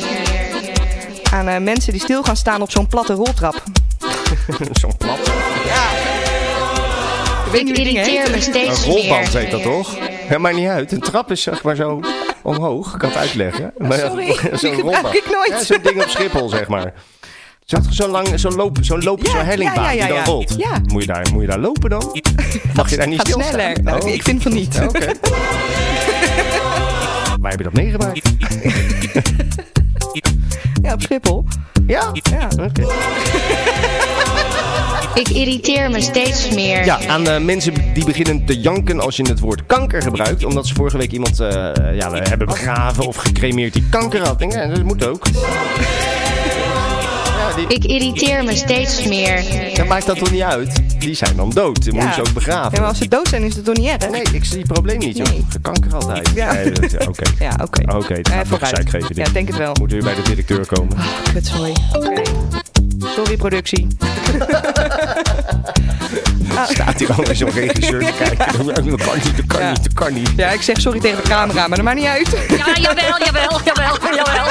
[SPEAKER 3] Aan eh, mensen die stil gaan staan op zo'n platte roltrap.
[SPEAKER 1] Zo'n plat.
[SPEAKER 3] Ik weet
[SPEAKER 7] Ik
[SPEAKER 3] niet hoe die dingen
[SPEAKER 7] irriteer me
[SPEAKER 3] heten.
[SPEAKER 1] Een
[SPEAKER 7] steeds
[SPEAKER 1] rolband
[SPEAKER 7] meer.
[SPEAKER 1] heet dat toch? Ja, maakt niet uit. Een trap is zeg maar zo omhoog. Ik kan het uitleggen. Maar ja,
[SPEAKER 3] Oh, Sorry,
[SPEAKER 1] zo'n
[SPEAKER 3] die gebruik
[SPEAKER 1] rolband.
[SPEAKER 3] ik nooit.
[SPEAKER 1] Ja, zo'n ding op Schiphol zeg maar. Zo'n zo lang, zo'n loop, zo'n loop,
[SPEAKER 3] Ja,
[SPEAKER 1] zo'n hellingbaan
[SPEAKER 3] ja, ja, ja,
[SPEAKER 1] die dan
[SPEAKER 3] ja.
[SPEAKER 1] rolt.
[SPEAKER 3] Ja.
[SPEAKER 1] Moet, je daar, moet je daar lopen dan? Mag je daar niet
[SPEAKER 3] Gaat
[SPEAKER 1] stilstaan?
[SPEAKER 3] sneller. Nou,
[SPEAKER 1] Oh.
[SPEAKER 3] Ik vind van niet.
[SPEAKER 1] Oké. Wij hebben dat meegemaakt.
[SPEAKER 3] Ja, op Schiphol.
[SPEAKER 1] Ja?
[SPEAKER 3] Ja.
[SPEAKER 1] Oké.
[SPEAKER 7] Ik irriteer me steeds meer.
[SPEAKER 1] Ja, aan eh, mensen die beginnen te janken als je het woord kanker gebruikt. Omdat ze vorige week iemand eh, ja, we hebben begraven of gecremeerd die kanker had. Ik denk, Ja, dat moet ook. Ja, die,
[SPEAKER 7] Ik irriteer me steeds meer.
[SPEAKER 1] dat maakt dat toch niet uit? Die zijn dan dood. Dan moeten ze ook
[SPEAKER 3] Ja,
[SPEAKER 1] begraven.
[SPEAKER 3] maar als ze dood zijn is dat toch niet erg?
[SPEAKER 1] Nee, ik zie het probleem niet, joh.
[SPEAKER 3] Nee.
[SPEAKER 1] Kanker altijd.
[SPEAKER 3] Ja.
[SPEAKER 1] Nee, dat- Oké.
[SPEAKER 3] Ja, oké.
[SPEAKER 1] Oké, dat
[SPEAKER 3] Eh,
[SPEAKER 1] gaat nog
[SPEAKER 3] vooruit.
[SPEAKER 1] gezeik geven. dit.
[SPEAKER 3] Ja, denk het wel. Ah.
[SPEAKER 1] Moet weer bij de directeur komen.
[SPEAKER 3] Kut, sorry. Oké. Sorry, productie.
[SPEAKER 1] Staat hier alweer zo'n regisseur te kijken. Dat kan niet, dat kan
[SPEAKER 3] Ja.
[SPEAKER 1] niet, dat kan niet.
[SPEAKER 3] Ja, ik zeg sorry tegen de camera, maar dat maakt niet uit.
[SPEAKER 5] Ja, jawel, jawel, jawel, jawel.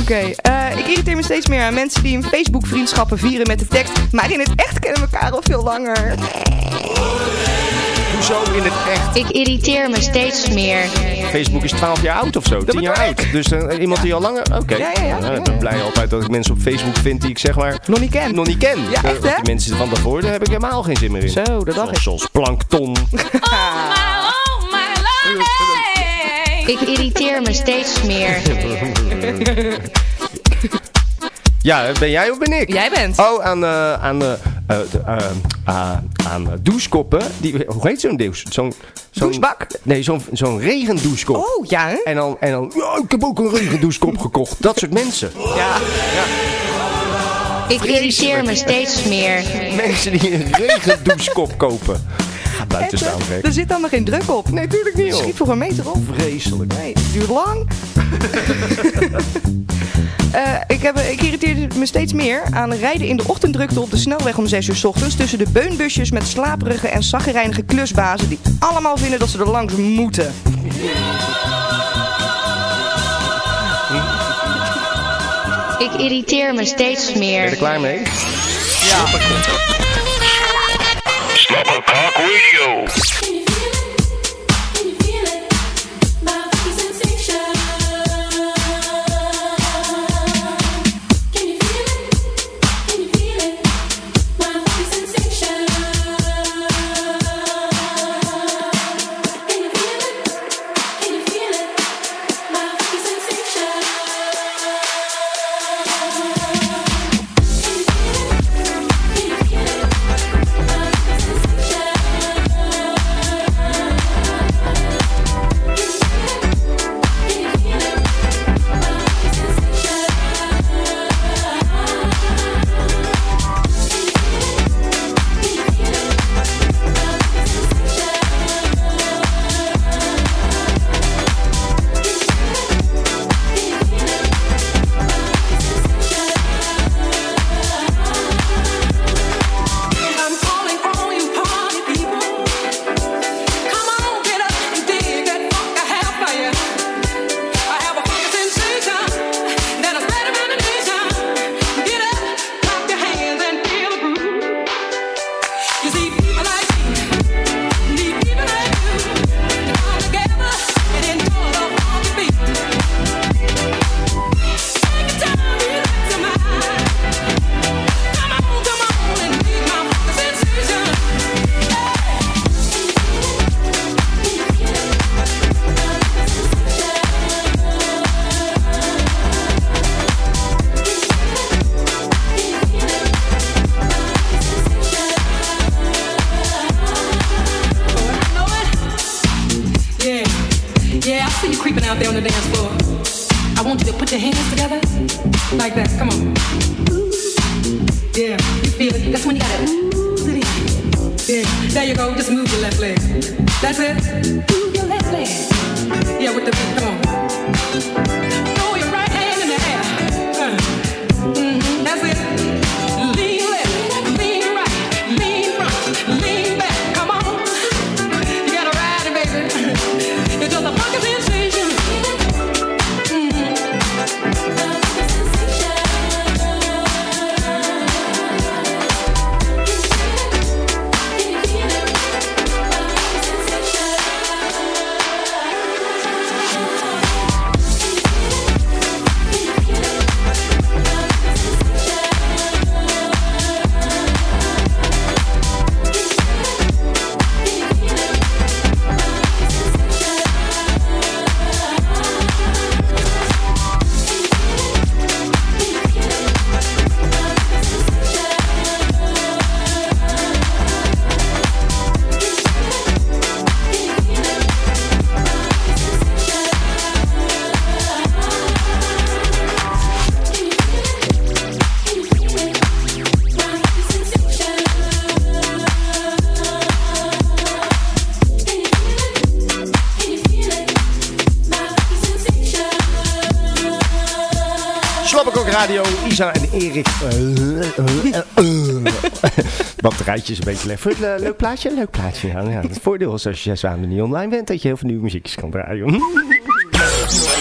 [SPEAKER 3] Oké, eh, ik irriteer me steeds meer aan mensen die hun Facebook-vriendschappen vieren met de tekst. Maar in het echt kennen we elkaar al veel langer.
[SPEAKER 1] Hoezo in het echt?
[SPEAKER 7] Ik irriteer me steeds meer.
[SPEAKER 1] Facebook is 12 jaar oud of zo, 10 jaar
[SPEAKER 3] bedoel ik.
[SPEAKER 1] oud. Dus eh, iemand die al langer. Oké.
[SPEAKER 3] Ja, ja, ja.
[SPEAKER 1] Nou, ik ben blij altijd dat ik mensen op Facebook vind die ik zeg maar.
[SPEAKER 3] Nog niet ken.
[SPEAKER 1] nog niet ken.
[SPEAKER 3] Ja,
[SPEAKER 1] Eh,
[SPEAKER 3] echt, hè?
[SPEAKER 1] Die mensen van daarvoor, daar heb ik helemaal geen zin meer in.
[SPEAKER 3] Zo, dat dacht
[SPEAKER 1] Zoals,
[SPEAKER 3] ik.
[SPEAKER 1] zoals plankton.
[SPEAKER 5] My, oh my lordy.
[SPEAKER 7] Ik irriteer me steeds meer.
[SPEAKER 1] ja, ben jij of ben ik?
[SPEAKER 3] Jij bent.
[SPEAKER 1] Oh, aan, eh, aan, eh, eh, de, eh, ah, aan eh, douchekoppen. Die, hoe heet zo'n douche? Zo'n zo'n-
[SPEAKER 3] Douchebak?
[SPEAKER 1] Nee, zo'n zo'n regendouchekop.
[SPEAKER 3] Oh, ja, hè?
[SPEAKER 1] En dan, en dan ja, ik heb ook een regendouchekop gekocht. Dat soort mensen.
[SPEAKER 3] Ja.
[SPEAKER 7] Ik irriteer me steeds meer.
[SPEAKER 1] Mensen die een regendouchekop kopen. Ga buiten staan, gek.
[SPEAKER 3] Er zit allemaal geen druk op. Nee,
[SPEAKER 1] tuurlijk niet, joh.
[SPEAKER 3] Schiet voor een meter op.
[SPEAKER 1] Vreselijk.
[SPEAKER 3] Nee, het duurt lang. Eh, ik, heb, ik irriteer me steeds meer aan rijden in de ochtenddrukte op de snelweg om 6 uur 's ochtends. Tussen de beunbusjes met slaperige en zaggerijnige klusbazen die allemaal vinden dat ze er langs moeten.
[SPEAKER 7] Ik irriteer me steeds
[SPEAKER 1] Ben je er
[SPEAKER 7] meer.
[SPEAKER 1] klaar mee?
[SPEAKER 2] Slapper Cock Radio.
[SPEAKER 8] Can you feel it? Can you feel it? My sensation. Can you feel it? Can you feel it? My sensation. Can you feel it? Can you feel it? My sensation. Can you feel it? Can you feel it? My sensation.
[SPEAKER 9] Yeah, I see you creeping out there on the dance floor. I want you to put your hands together like that. Come on. Yeah, you feel it. That's when you gotta ooze it in. Yeah, there you go. Just move your left leg. That's it. Move your left leg. Yeah, with the beat. Come on. Throw your right hand in the air. Uh, mhm, that's it. Lean left, lean right, lean front, lean back. Come on. You gotta ride it, baby. It's just a funky sensation.
[SPEAKER 1] Slappenkok Radio, Isa en Erik. Eh, eh, eh, eh. Batterijtjes een beetje lef. Vond je het le- Leuk plaatje, leuk plaatje. Ja, ja, het voordeel is als je zes maanden niet online bent, dat je heel veel nieuwe muziekjes kan draaien.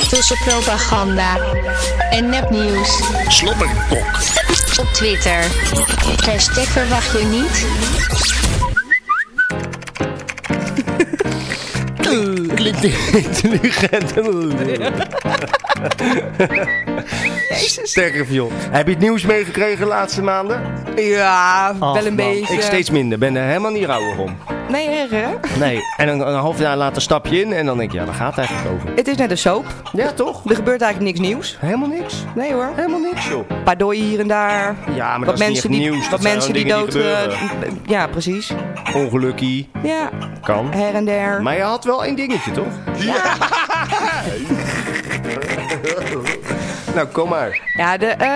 [SPEAKER 7] Tussen propaganda en nepnieuws.
[SPEAKER 2] Slobberkok.
[SPEAKER 7] Op Twitter. Hashtag verwacht je niet.
[SPEAKER 1] Klinkt intelligent. Sterker viool. Heb je het nieuws meegekregen de laatste maanden?
[SPEAKER 3] Ja,
[SPEAKER 1] Ach,
[SPEAKER 3] wel
[SPEAKER 1] man.
[SPEAKER 3] een beetje.
[SPEAKER 1] Ik steeds minder. Ben er helemaal niet rauwer om.
[SPEAKER 3] Nee, erg hè?
[SPEAKER 1] Nee. En een, een half jaar later stap je in en dan denk je, ja, daar gaat het eigenlijk over.
[SPEAKER 3] Het is net een soap.
[SPEAKER 1] Ja, toch?
[SPEAKER 3] Er gebeurt eigenlijk niks nieuws.
[SPEAKER 1] Helemaal niks.
[SPEAKER 3] Nee hoor.
[SPEAKER 1] Helemaal niks, joh.
[SPEAKER 3] Pardoi hier en daar.
[SPEAKER 1] Ja, maar dat is niet echt
[SPEAKER 3] wat mensen die,
[SPEAKER 1] nieuws. Dat
[SPEAKER 3] wat
[SPEAKER 1] zijn
[SPEAKER 3] mensen die
[SPEAKER 1] gewoon dingen
[SPEAKER 3] dood.
[SPEAKER 1] die
[SPEAKER 3] eh, m- ja, precies.
[SPEAKER 1] Ongelukkie.
[SPEAKER 3] Ja,
[SPEAKER 1] Kan.
[SPEAKER 3] her en der.
[SPEAKER 1] Maar je had wel één dingetje, toch? Ja! nou, kom maar.
[SPEAKER 3] Ja, de, eh,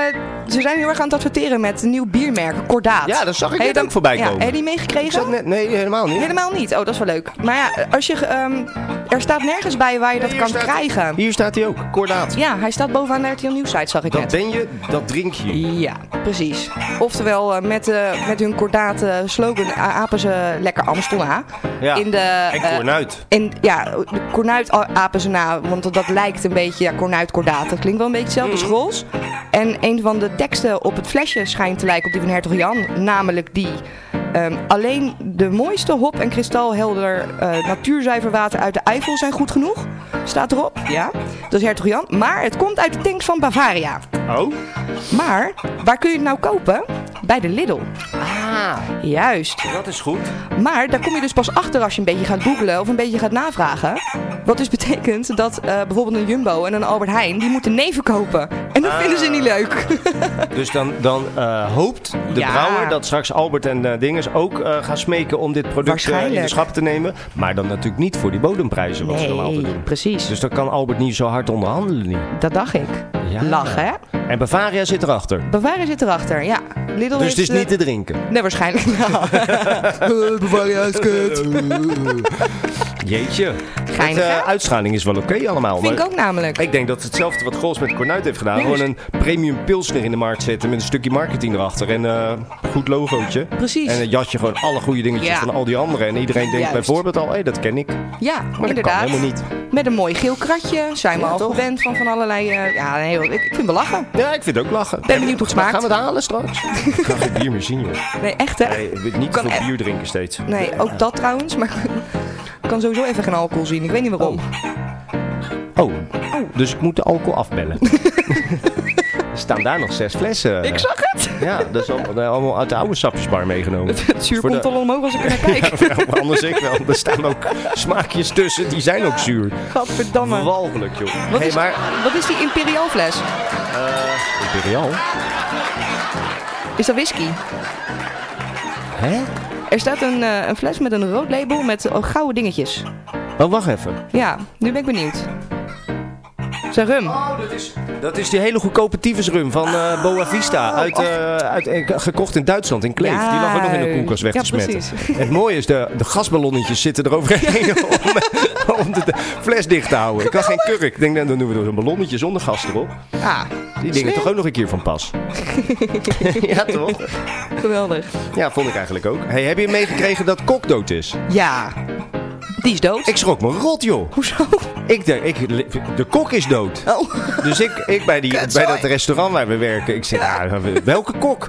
[SPEAKER 3] ze zijn heel erg aan het adverteren met een nieuw biermerk, Cordaat.
[SPEAKER 1] Ja, dat zag ik
[SPEAKER 3] Heb je
[SPEAKER 1] net ook voorbij
[SPEAKER 3] Ja,
[SPEAKER 1] komen.
[SPEAKER 3] heb je die
[SPEAKER 1] Ik zat
[SPEAKER 3] meegekregen?
[SPEAKER 1] net... Nee, helemaal niet.
[SPEAKER 3] Helemaal niet. Oh, dat is wel leuk. Maar ja, als je, ehm, er staat nergens bij waar je dat
[SPEAKER 1] Hier
[SPEAKER 3] kan
[SPEAKER 1] staat-
[SPEAKER 3] krijgen.
[SPEAKER 1] Hier staat hij ook. Kordaat.
[SPEAKER 3] Ja, hij staat bovenaan de RTL Nieuws site, zag ik
[SPEAKER 1] Dat
[SPEAKER 3] net.
[SPEAKER 1] ben je, dat drink je.
[SPEAKER 3] Ja, precies. Oftewel, eh, met, eh, met hun kordate slogan eh, apen ze lekker Amstel na.
[SPEAKER 1] Ja.
[SPEAKER 3] In de,
[SPEAKER 1] en
[SPEAKER 3] eh,
[SPEAKER 1] kornuit.
[SPEAKER 3] En ja, de kornuit a- apen ze na, want dat, dat lijkt een beetje, ja, kornuit, kordaat, dat klinkt wel een beetje hetzelfde
[SPEAKER 1] Mhm.
[SPEAKER 3] als Grols. En een van de teksten op het flesje schijnt te lijken op die van Hertog Jan, namelijk die... ehm, alleen de mooiste hop- en kristalhelder eh natuurzuiver water uit de Eifel zijn goed genoeg. Staat erop, ja. Dat is Hertog Jan. Maar het komt uit de tanks van Bavaria.
[SPEAKER 1] Oh?
[SPEAKER 3] Maar waar kun je het nou kopen? Bij de Lidl.
[SPEAKER 1] Ah,
[SPEAKER 3] Juist.
[SPEAKER 1] dat is goed.
[SPEAKER 3] Maar daar kom je dus pas achter als je een beetje gaat googlen of een beetje gaat navragen. Wat dus betekent dat eh, bijvoorbeeld een Jumbo en een Albert Heijn, die moeten neven kopen. En
[SPEAKER 1] Ah.
[SPEAKER 3] dat vinden ze niet leuk.
[SPEAKER 1] Dus dan, dan eh, hoopt de
[SPEAKER 3] Ja.
[SPEAKER 1] brouwer dat straks Albert en eh, Dinges ook eh, gaan smeken om dit product eh, in de
[SPEAKER 3] Waarschijnlijk.
[SPEAKER 1] schap te nemen. Maar dan natuurlijk niet voor die bodemprijzen, wat ze normaal te doen.
[SPEAKER 3] precies.
[SPEAKER 1] Dus dan kan Albert niet zo hard onderhandelen. Niet.
[SPEAKER 3] Dat dacht ik.
[SPEAKER 1] Ja.
[SPEAKER 3] Lachen, hè?
[SPEAKER 1] En Bavaria zit erachter.
[SPEAKER 3] Bavaria zit erachter, ja. Lidl
[SPEAKER 1] Dus het is
[SPEAKER 3] heeft,
[SPEAKER 1] niet
[SPEAKER 3] eh,
[SPEAKER 1] te drinken.
[SPEAKER 3] Nee, waarschijnlijk wel.
[SPEAKER 1] Bavaria is kut. Jeetje.
[SPEAKER 3] Geinig,
[SPEAKER 1] Het, eh,
[SPEAKER 3] hè?
[SPEAKER 1] uitschaling is wel oké allemaal.
[SPEAKER 3] Vind ik
[SPEAKER 1] maar-
[SPEAKER 3] ook namelijk.
[SPEAKER 1] Ik denk dat hetzelfde wat Gols met Cornuit heeft gedaan. Gewoon een premium pilsner in de markt zetten met een stukje marketing erachter. En een goed logootje.
[SPEAKER 3] Precies.
[SPEAKER 1] En een jasje gewoon alle goede dingetjes
[SPEAKER 3] Ja.
[SPEAKER 1] van al die anderen. En iedereen denkt
[SPEAKER 3] Juist.
[SPEAKER 1] bijvoorbeeld al, hé, dat ken ik.
[SPEAKER 3] Ja,
[SPEAKER 1] Maar
[SPEAKER 3] inderdaad.
[SPEAKER 1] dat kan helemaal niet.
[SPEAKER 3] Met een mooi geel kratje. Zijn we
[SPEAKER 1] Ja,
[SPEAKER 3] al
[SPEAKER 1] toch?
[SPEAKER 3] gewend van van allerlei... eh, ja, nee, joh, ik, ik vind het lachen.
[SPEAKER 1] Ja, ik vind het ook lachen.
[SPEAKER 3] Ben benieuwd hoe het smaakt.
[SPEAKER 1] Gaan we het halen straks? ik ga geen bier meer zien, joh.
[SPEAKER 3] Nee, echt hè?
[SPEAKER 1] Nee, ik weet niet
[SPEAKER 3] Kan
[SPEAKER 1] veel
[SPEAKER 3] echt-
[SPEAKER 1] bier drinken steeds.
[SPEAKER 3] Nee, ook dat trouwens, maar ik kan sowieso even geen alcohol zien. Ik weet niet waarom.
[SPEAKER 1] Oh, dus ik moet de alcohol afbellen. er staan daar nog zes flessen.
[SPEAKER 3] Ik zag het!
[SPEAKER 1] Ja, dat is allemaal, eh, allemaal uit de oude sapjesbar meegenomen.
[SPEAKER 3] Het zuur
[SPEAKER 1] Voor
[SPEAKER 3] komt
[SPEAKER 1] de-
[SPEAKER 3] al omhoog als ik er naar kijk.
[SPEAKER 1] Ja, maar anders ik wel. Er staan ook smaakjes tussen, die zijn ook zuur.
[SPEAKER 3] Gadverdamme. Wat,
[SPEAKER 1] Walgelijk, joh. Wat hey,
[SPEAKER 3] is,
[SPEAKER 1] maar...
[SPEAKER 3] wat is die imperiaal fles?
[SPEAKER 1] Imperial?
[SPEAKER 3] Is dat whisky?
[SPEAKER 1] Hè?
[SPEAKER 3] Er staat een, eh, een fles met een rood label met eh, gouden oh, dingetjes.
[SPEAKER 1] Oh, wacht even.
[SPEAKER 3] Ja, nu ben ik benieuwd. Zijn rum.
[SPEAKER 1] Dat is die hele goedkope tyfusrum van eh Boa
[SPEAKER 3] Oh,
[SPEAKER 1] Vista. Uit, eh, uit, eh, gekocht in Duitsland, in Kleef. Die lag ook nog in de koelkast weg
[SPEAKER 3] Ja,
[SPEAKER 1] te smetten.
[SPEAKER 3] precies.
[SPEAKER 1] Het mooie is, de, de gasballonnetjes zitten er overheen om, om de, de fles dicht te houden. Ik had geen kurk. Ik denk, nou, dan doen we door een ballonnetje zonder gas erop.
[SPEAKER 3] Ah,
[SPEAKER 1] Die dingen
[SPEAKER 3] Slim.
[SPEAKER 1] toch ook nog een keer van pas. ja, toch?
[SPEAKER 3] geweldig.
[SPEAKER 1] Ja, vond ik eigenlijk ook. Hey, heb je meegekregen dat Kok dood is?
[SPEAKER 3] Ja, die is dood.
[SPEAKER 1] Ik schrok me rot, joh.
[SPEAKER 3] Hoezo?
[SPEAKER 1] Ik denk, ik, de kok is dood.
[SPEAKER 3] Oh.
[SPEAKER 1] Dus ik, ik bij, die, bij
[SPEAKER 3] Kutzooi.
[SPEAKER 1] dat restaurant waar we werken, ik zeg, ah, welke kok?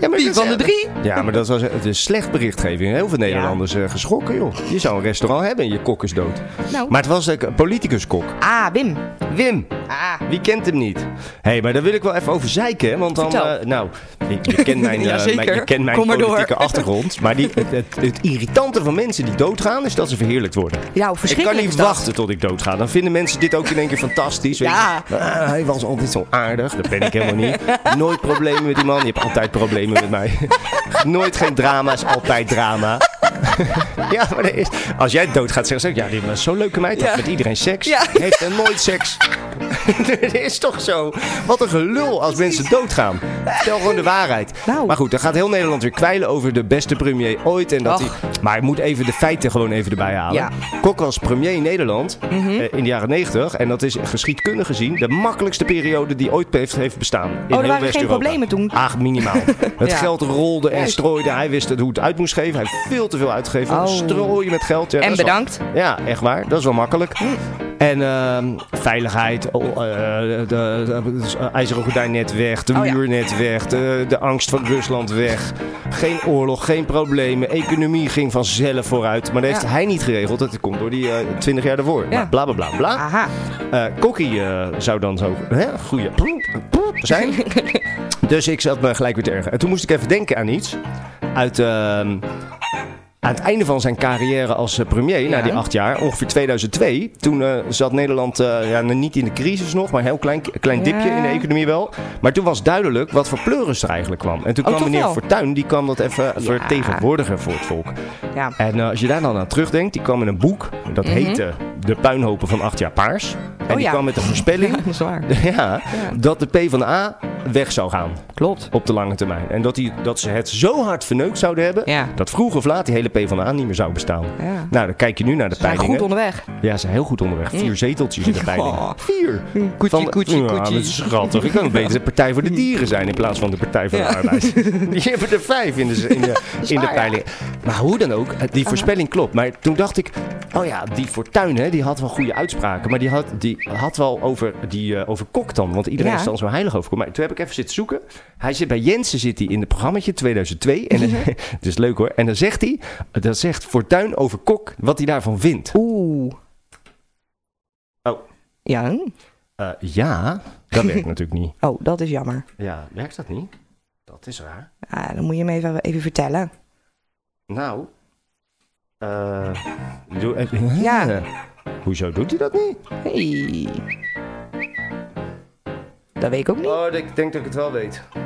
[SPEAKER 1] ja, maar
[SPEAKER 3] Die
[SPEAKER 1] dat-
[SPEAKER 3] van de drie?
[SPEAKER 1] Ja, maar dat was het is slecht berichtgeving. Heel veel Nederlanders eh, geschrokken, joh. Je zou een restaurant hebben en je kok is dood.
[SPEAKER 3] Nou.
[SPEAKER 1] Maar het was een politicus-kok.
[SPEAKER 3] Ah, Wim.
[SPEAKER 1] Wim,
[SPEAKER 3] Ah.
[SPEAKER 1] wie kent hem niet? Hé, hey, maar daar wil ik wel even over zeiken, hè, want dan...
[SPEAKER 3] Vertel.
[SPEAKER 1] eh, nou, je, je kent mijn, eh,
[SPEAKER 3] Jazeker.
[SPEAKER 1] mijn- je kent mijn
[SPEAKER 3] Kom maar door.
[SPEAKER 1] politieke achtergrond. Maar die, het, het, het irritante van mensen die doodgaan is dat ze verheerlijkt worden.
[SPEAKER 3] Ja, hoe
[SPEAKER 1] Ik kan
[SPEAKER 3] verschrikkelijk
[SPEAKER 1] niet
[SPEAKER 3] is dat?
[SPEAKER 1] wachten tot ik doodga. Dan vinden mensen dit ook in één keer fantastisch. weet
[SPEAKER 3] Ja.
[SPEAKER 1] je. Ah, hij was altijd zo aardig. Dat ben ik helemaal niet. Nooit problemen met die man. Je hebt altijd problemen met mij. Nooit geen drama's, altijd drama. ja, maar dat is, als jij doodgaat, zeggen ze ook... Ja, die was zo'n leuke meid. had
[SPEAKER 3] Ja.
[SPEAKER 1] Met iedereen seks.
[SPEAKER 3] Ja.
[SPEAKER 1] Heeft er nooit seks. Dit is toch zo? Wat een gelul als mensen doodgaan. Stel gewoon de waarheid.
[SPEAKER 3] Nou.
[SPEAKER 1] Maar goed, dan gaat heel Nederland weer kwijlen over de beste premier ooit. En dat
[SPEAKER 3] Och.
[SPEAKER 1] hij... Maar ik moet even de feiten gewoon even erbij halen.
[SPEAKER 3] Ja. Mhm.
[SPEAKER 1] Kok was premier in Nederland eh, in de jaren 90. En dat is geschiedkundig gezien de makkelijkste periode die ooit heeft, heeft bestaan. In
[SPEAKER 3] er
[SPEAKER 1] heel
[SPEAKER 3] Oh, waren geen
[SPEAKER 1] West-Europa.
[SPEAKER 3] problemen toen?
[SPEAKER 1] Ach, minimaal. Het
[SPEAKER 3] Ja.
[SPEAKER 1] geld rolde en
[SPEAKER 3] Juist.
[SPEAKER 1] strooide. Hij wist het, hoe het uit moest geven. Hij heeft veel te veel uitgegeven.
[SPEAKER 3] Oh.
[SPEAKER 1] Strooien met geld. Ja,
[SPEAKER 3] En
[SPEAKER 1] dat is wel-
[SPEAKER 3] bedankt.
[SPEAKER 1] ja, echt waar. Dat is wel makkelijk. En ehm, veiligheid, oh, eh, de, de, de ijzeren gordijn net weg, de
[SPEAKER 3] Oh ja.
[SPEAKER 1] muur net weg, de, de angst van Rusland weg. Geen oorlog, geen problemen. Economie ging vanzelf vooruit. Maar dat heeft
[SPEAKER 3] Ja.
[SPEAKER 1] hij niet geregeld. Dat komt door die eh, twintig jaar daarvoor.
[SPEAKER 3] Ja. Ah,
[SPEAKER 1] Maar bla bla bla bla.
[SPEAKER 3] Aha.
[SPEAKER 1] Eh, Kokkie eh, zou dan zo hè, goeie zijn. dus ik zat me gelijk weer te erger. En toen moest ik even denken aan iets. Uit, ehm, aan het einde van zijn carrière als eh, premier, na die acht jaar, ongeveer 2002. Toen eh, zat Nederland eh, ja, niet in de crisis nog, maar een heel klein, klein dipje
[SPEAKER 3] Ja.
[SPEAKER 1] in de economie wel. Maar toen was duidelijk wat voor pleuris er eigenlijk kwam. En toen
[SPEAKER 3] Oh,
[SPEAKER 1] kwam
[SPEAKER 3] toch
[SPEAKER 1] meneer
[SPEAKER 3] wel?
[SPEAKER 1] Fortuyn, die kwam dat even vertegenwoordigen voor het volk.
[SPEAKER 3] Ja.
[SPEAKER 1] En eh, als je daar dan aan terugdenkt, die kwam in een boek. Dat heette De Puinhopen van Acht jaar Paars. En
[SPEAKER 3] Mhm. Oh
[SPEAKER 1] die
[SPEAKER 3] ja.
[SPEAKER 1] kwam met de voorspelling
[SPEAKER 3] Dat is waar.
[SPEAKER 1] ja, dat de PvdA weg zou gaan
[SPEAKER 3] Klopt.
[SPEAKER 1] op de lange termijn. En dat, die, dat ze het zo hard verneukt zouden hebben...
[SPEAKER 3] Ja.
[SPEAKER 1] dat vroeg of laat die hele PvdA niet meer zou bestaan.
[SPEAKER 3] Ja.
[SPEAKER 1] Nou, dan kijk je nu naar de
[SPEAKER 3] Zijn
[SPEAKER 1] peilingen.
[SPEAKER 3] goed onderweg.
[SPEAKER 1] Ja, ze zijn heel goed onderweg. Vier zeteltjes in de peilingen.
[SPEAKER 3] Oh.
[SPEAKER 1] Vier! Koetje,
[SPEAKER 3] koetje,
[SPEAKER 1] ja,
[SPEAKER 3] koetje.
[SPEAKER 1] dat is schattig. Ik kan ook beter de Partij voor de Dieren zijn in plaats van de Partij van
[SPEAKER 3] Ja.
[SPEAKER 1] de Arbeid. Die hebben er vijf in de, in de, in de peiling. Maar hoe dan ook, eh, die voorspelling klopt. Maar toen dacht ik, oh ja, die Fortuyn, hè, die had wel goede uitspraken. Maar die had, die had wel over, die, eh, over Kok dan. Want iedereen
[SPEAKER 3] Ja.
[SPEAKER 1] is dan zo heilig over Kok. Maar toen heb ik even zitten zoeken. Hij zit bij Jensen zit hij in het programmaatje 2002. En het is leuk hoor. En dan zegt hij, dat zegt Fortuyn over Kok wat hij daarvan vindt.
[SPEAKER 3] Oeh.
[SPEAKER 1] Oh.
[SPEAKER 3] Ja. hm.
[SPEAKER 1] Eh, ja, dat werkt natuurlijk niet.
[SPEAKER 3] Oh, dat is jammer.
[SPEAKER 1] Ja, werkt dat niet? Dat is raar.
[SPEAKER 3] Ah, dan moet je hem even, even vertellen.
[SPEAKER 1] Nou. eh, doe even-
[SPEAKER 3] Ja.
[SPEAKER 1] Hoezo doet hij dat niet?
[SPEAKER 3] Hey. Dat weet ik ook niet.
[SPEAKER 1] Oh, ik denk dat ik het wel weet. Ah.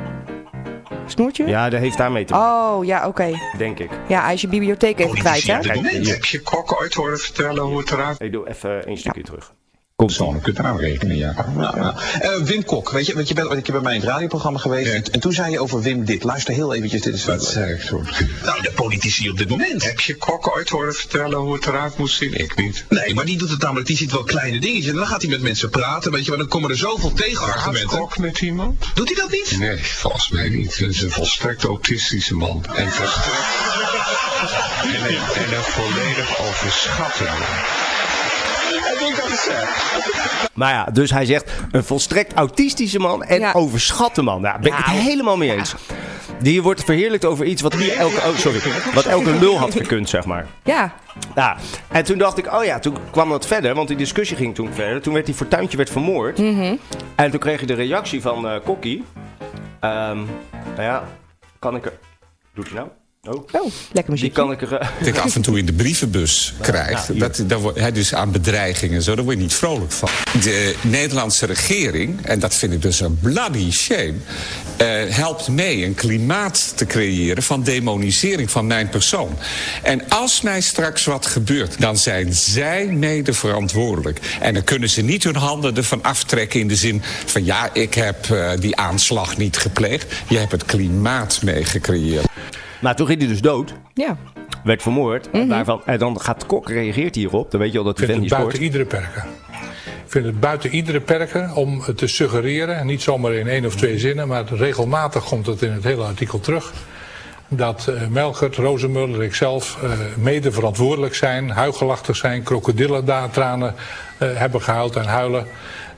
[SPEAKER 3] Snoertje?
[SPEAKER 1] Ja, dat heeft daarmee te maken,
[SPEAKER 3] Oh, ja, oké.
[SPEAKER 1] denk ik.
[SPEAKER 3] Ja, hij is je bibliotheek
[SPEAKER 1] Oh,
[SPEAKER 3] even kwijt, hè?
[SPEAKER 1] Kijk, hier.
[SPEAKER 2] je kok ooit horen vertellen hoe het eruit
[SPEAKER 1] Ik doe even een stukje terug. Komt zo.
[SPEAKER 2] persoonlijk kunt aanrekenen, ja. ja, ja. Eh, Wim Kok, weet je, want je bent ooit een keer bij mij in het radioprogramma geweest. En, en toen zei je over Wim dit. Luister heel eventjes, dit is... Wat zei ik toen? Nou, de politici op dit moment. Heb je Kok ooit horen vertellen hoe het eruit moet zien? Ik niet. Nee, maar die doet het namelijk, die ziet wel kleine dingetjes. En dan gaat hij met mensen praten, weet je, maar dan komen er zoveel tegenargumenten. Gaat Kok met iemand? Doet hij dat niet? Nee, volgens mij niet. Het is een volstrekt autistische man. En verstrekt... En een, en een volledig overschatting. Ik denk dat is
[SPEAKER 1] Maar ja, dus hij zegt een volstrekt autistische man en
[SPEAKER 3] Ja.
[SPEAKER 1] overschatte man. Daar ben ik het
[SPEAKER 3] Nou.
[SPEAKER 1] helemaal mee eens. Die wordt verheerlijkt over iets wat, die elke, oh, sorry, wat elke lul had gekund, zeg maar.
[SPEAKER 3] Ja.
[SPEAKER 1] Ja, Nou, en toen dacht ik, oh ja, toen kwam dat verder, want die discussie ging toen verder. Toen werd die Fortuintje werd vermoord.
[SPEAKER 3] Mhm.
[SPEAKER 1] En toen kreeg je de reactie van eh Kokkie. Ehm, nou ja, kan ik er... Doet hij nou?
[SPEAKER 3] Oh, lekker
[SPEAKER 1] Die
[SPEAKER 3] muziek.
[SPEAKER 1] kan ik er... eh,
[SPEAKER 10] Dat ik af en toe in de brievenbus krijg.
[SPEAKER 1] ja.
[SPEAKER 10] dat, daar word- hè, dus aan bedreigingen en zo, daar word je niet vrolijk van. De Nederlandse regering, en dat vind ik dus een bloody shame... eh, helpt mee een klimaat te creëren van demonisering van mijn persoon. En als mij straks wat gebeurt, dan zijn zij mede verantwoordelijk. En dan kunnen ze niet hun handen ervan aftrekken in de zin van... ja, ik heb eh, die aanslag niet gepleegd. Je hebt het klimaat mee gecreëerd.
[SPEAKER 1] Nou, toen ging hij dus dood.
[SPEAKER 3] Ja.
[SPEAKER 1] Werd vermoord.
[SPEAKER 3] Mhm.
[SPEAKER 1] En daarvan, en dan gaat Kok, reageert hierop. Dan weet je al dat die
[SPEAKER 11] Ik
[SPEAKER 1] vent
[SPEAKER 11] vind
[SPEAKER 1] niet
[SPEAKER 11] het
[SPEAKER 1] sport.
[SPEAKER 11] buiten iedere perken. Ik vind het buiten iedere perken om het te suggereren, en niet zomaar in één of twee zinnen, maar regelmatig komt het in het hele artikel terug. Dat eh, Melchert, Rozenmuller, ikzelf eh, mede verantwoordelijk zijn, huigelachtig zijn, krokodillentranen eh hebben gehuild en huilen.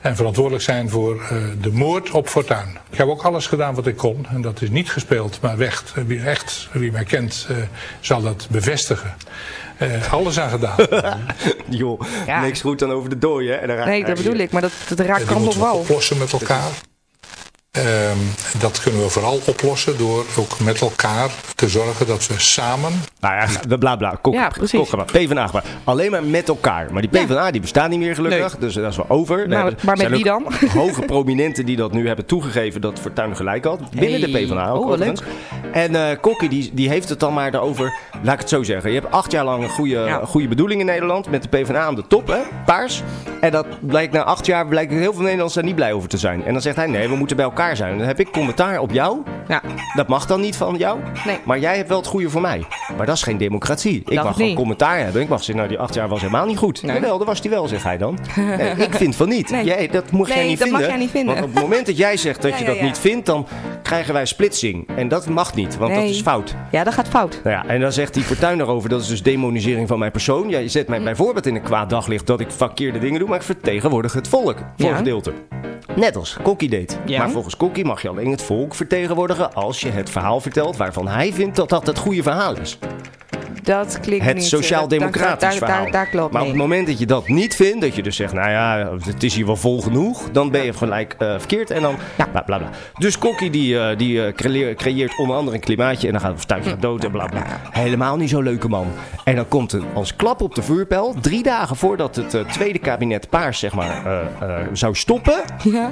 [SPEAKER 11] En verantwoordelijk zijn voor eh, de moord op Fortuin. Ik heb ook alles gedaan wat ik kon. En dat is niet gespeeld, maar echt. En Wie, echt, wie mij kent, eh, zal dat bevestigen. Eh, alles aan gedaan.
[SPEAKER 1] Joh,
[SPEAKER 3] Ja.
[SPEAKER 1] niks goed dan over de dooien. En dan raakt
[SPEAKER 3] Nee, dat
[SPEAKER 1] hij-
[SPEAKER 3] bedoel ik, maar dat, dat raakt kant op
[SPEAKER 11] moeten we
[SPEAKER 3] wal.
[SPEAKER 11] oplossen met elkaar. Ehm, dat kunnen we vooral oplossen door ook met elkaar te zorgen dat we samen
[SPEAKER 1] Nou ja, bla bla bla. Kok,
[SPEAKER 3] Ja, precies.
[SPEAKER 1] Kok, maar PvdA. Maar alleen maar met elkaar. Maar die PvdA die bestaat niet meer gelukkig.
[SPEAKER 3] Nee.
[SPEAKER 1] Dus dat is wel over. Er
[SPEAKER 3] Nou,
[SPEAKER 1] hebben-
[SPEAKER 3] maar met
[SPEAKER 1] zijn
[SPEAKER 3] wie
[SPEAKER 1] ook
[SPEAKER 3] dan?
[SPEAKER 1] Hoge prominenten die dat nu hebben toegegeven dat Fortuyn gelijk had. Binnen de
[SPEAKER 3] Hey.
[SPEAKER 1] PvdA ook.
[SPEAKER 3] Oh, wat leuk.
[SPEAKER 1] overigens. En eh Kokkie die, die heeft het dan maar over. Laat ik het zo zeggen. Je hebt acht jaar lang een goede,
[SPEAKER 3] Ja.
[SPEAKER 1] een goede bedoeling in Nederland. Met de PvdA aan de top, hè? Paars. En dat blijkt na acht jaar blijkt heel veel Nederlanders daar niet blij over te zijn. En dan zegt hij: nee, we moeten bij elkaar zijn. Dan heb ik commentaar op jou.
[SPEAKER 3] Ja,
[SPEAKER 1] Dat mag dan niet van jou.
[SPEAKER 3] Nee.
[SPEAKER 1] Maar jij hebt wel het goede voor mij. Maar dat is geen democratie. Ik mag
[SPEAKER 3] niet.
[SPEAKER 1] gewoon commentaar hebben. Ik mag zeggen, nou die acht jaar was helemaal niet goed.
[SPEAKER 3] Nee.
[SPEAKER 1] Jawel, dat was die wel, zegt hij dan. Nee, ik vind van niet.
[SPEAKER 3] Nee.
[SPEAKER 1] Jij, dat moet jij
[SPEAKER 3] Nee,
[SPEAKER 1] niet
[SPEAKER 3] dat mag
[SPEAKER 1] vinden.
[SPEAKER 3] jij niet vinden.
[SPEAKER 1] Want op het moment dat jij zegt dat
[SPEAKER 3] Ja,
[SPEAKER 1] je
[SPEAKER 3] ja,
[SPEAKER 1] dat
[SPEAKER 3] ja.
[SPEAKER 1] niet vindt, dan krijgen wij splitsing. En dat mag niet, want dat
[SPEAKER 3] Nee.
[SPEAKER 1] is fout.
[SPEAKER 3] ja dat gaat fout.
[SPEAKER 1] Nou ja, en dan zegt die Fortuyn erover, dat is dus demonisering van mijn persoon. Jij zet
[SPEAKER 3] Hm.
[SPEAKER 1] mij bijvoorbeeld in een kwaad daglicht dat ik verkeerde dingen doe, maar ik vertegenwoordig het volk voor een
[SPEAKER 3] Ja.
[SPEAKER 1] gedeelte. Net als Kokkie deed.
[SPEAKER 3] Ja.
[SPEAKER 1] Maar volgens Kokkie mag je alleen het volk vertegenwoordigen als je het verhaal vertelt waarvan hij vindt dat dat het goede verhaal is.
[SPEAKER 3] Dat klinkt
[SPEAKER 1] Het
[SPEAKER 3] niet... eh,
[SPEAKER 1] sociaal-democratisch
[SPEAKER 3] daar- daar-
[SPEAKER 1] verhaal.
[SPEAKER 3] Daar, daar klopt
[SPEAKER 1] maar op
[SPEAKER 3] mee.
[SPEAKER 1] het moment dat je dat niet vindt, dat je dus zegt, nou ja, het is hier wel vol genoeg, dan ben je gelijk eh, verkeerd en dan
[SPEAKER 3] Ja.
[SPEAKER 1] bla bla bla. Dus Kokkie die, eh, die eh, creëer- creëert onder andere een klimaatje en dan gaat Fortuyn gaat dood en bla bla. Helemaal niet zo'n leuke man. En dan komt er als klap op de vuurpijl, drie dagen voordat het eh, tweede kabinet Paars zeg maar eh, eh, zou stoppen,
[SPEAKER 3] Ja.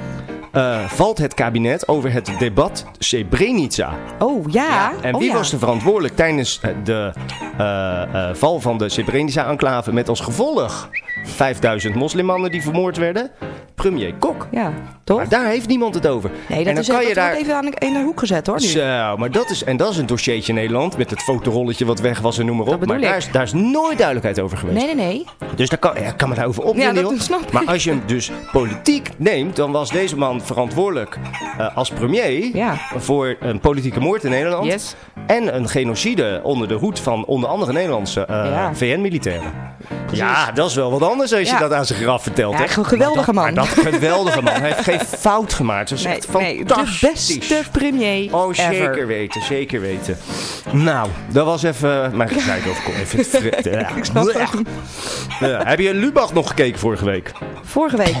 [SPEAKER 1] eh, valt het kabinet over het debat Srebrenica.
[SPEAKER 3] Oh, ja.
[SPEAKER 1] En
[SPEAKER 3] Oh,
[SPEAKER 1] wie
[SPEAKER 3] ja.
[SPEAKER 1] was er verantwoordelijk tijdens eh, de eh, eh, val van de Srebrenica-enclave met als gevolg 5000 moslimmannen die vermoord werden? Premier Kok.
[SPEAKER 3] Ja, toch?
[SPEAKER 1] Maar daar heeft niemand het over.
[SPEAKER 3] Nee, dat,
[SPEAKER 1] en dan
[SPEAKER 3] is,
[SPEAKER 1] kan
[SPEAKER 3] dat
[SPEAKER 1] je daar.
[SPEAKER 3] wordt even aan de, in de hoek gezet, hoor. Nu.
[SPEAKER 1] Zo, maar dat is, en dat is een dossiertje in Nederland met het fotorolletje wat weg was en noem maar op.
[SPEAKER 3] bedoel
[SPEAKER 1] Maar daar
[SPEAKER 3] ik.
[SPEAKER 1] is, daar is nooit duidelijkheid over geweest.
[SPEAKER 3] Nee, nee, nee.
[SPEAKER 1] Dus daar kan, ja, kan me daarover opnemen.
[SPEAKER 3] Ja, dat
[SPEAKER 1] joh.
[SPEAKER 3] snap ik.
[SPEAKER 1] Maar als je hem dus politiek neemt, dan was deze man verantwoordelijk eh, als premier
[SPEAKER 3] Ja.
[SPEAKER 1] voor een politieke moord in Nederland.
[SPEAKER 3] Yes.
[SPEAKER 1] En een genocide onder de hoed van onder andere Nederlandse eh,
[SPEAKER 3] Ja.
[SPEAKER 1] VN-militairen. Ja, dat is wel wat anders als je
[SPEAKER 3] Ja.
[SPEAKER 1] dat aan zijn graf vertelt.
[SPEAKER 3] Ja,
[SPEAKER 1] hè?
[SPEAKER 3] een geweldige
[SPEAKER 1] Maar dat,
[SPEAKER 3] man.
[SPEAKER 1] Maar dat geweldige man. Hij heeft geen fout gemaakt. Dat is
[SPEAKER 3] Nee,
[SPEAKER 1] echt
[SPEAKER 3] nee, de
[SPEAKER 1] fantastisch.
[SPEAKER 3] beste premier
[SPEAKER 1] Oh,
[SPEAKER 3] ever.
[SPEAKER 1] zeker weten, zeker weten. Nou, dat was even mijn gezeik over. Kom even. frit- Ja.
[SPEAKER 3] Ik snap het.
[SPEAKER 1] Ja, heb je Lubach nog gekeken vorige week?
[SPEAKER 3] Vorige week.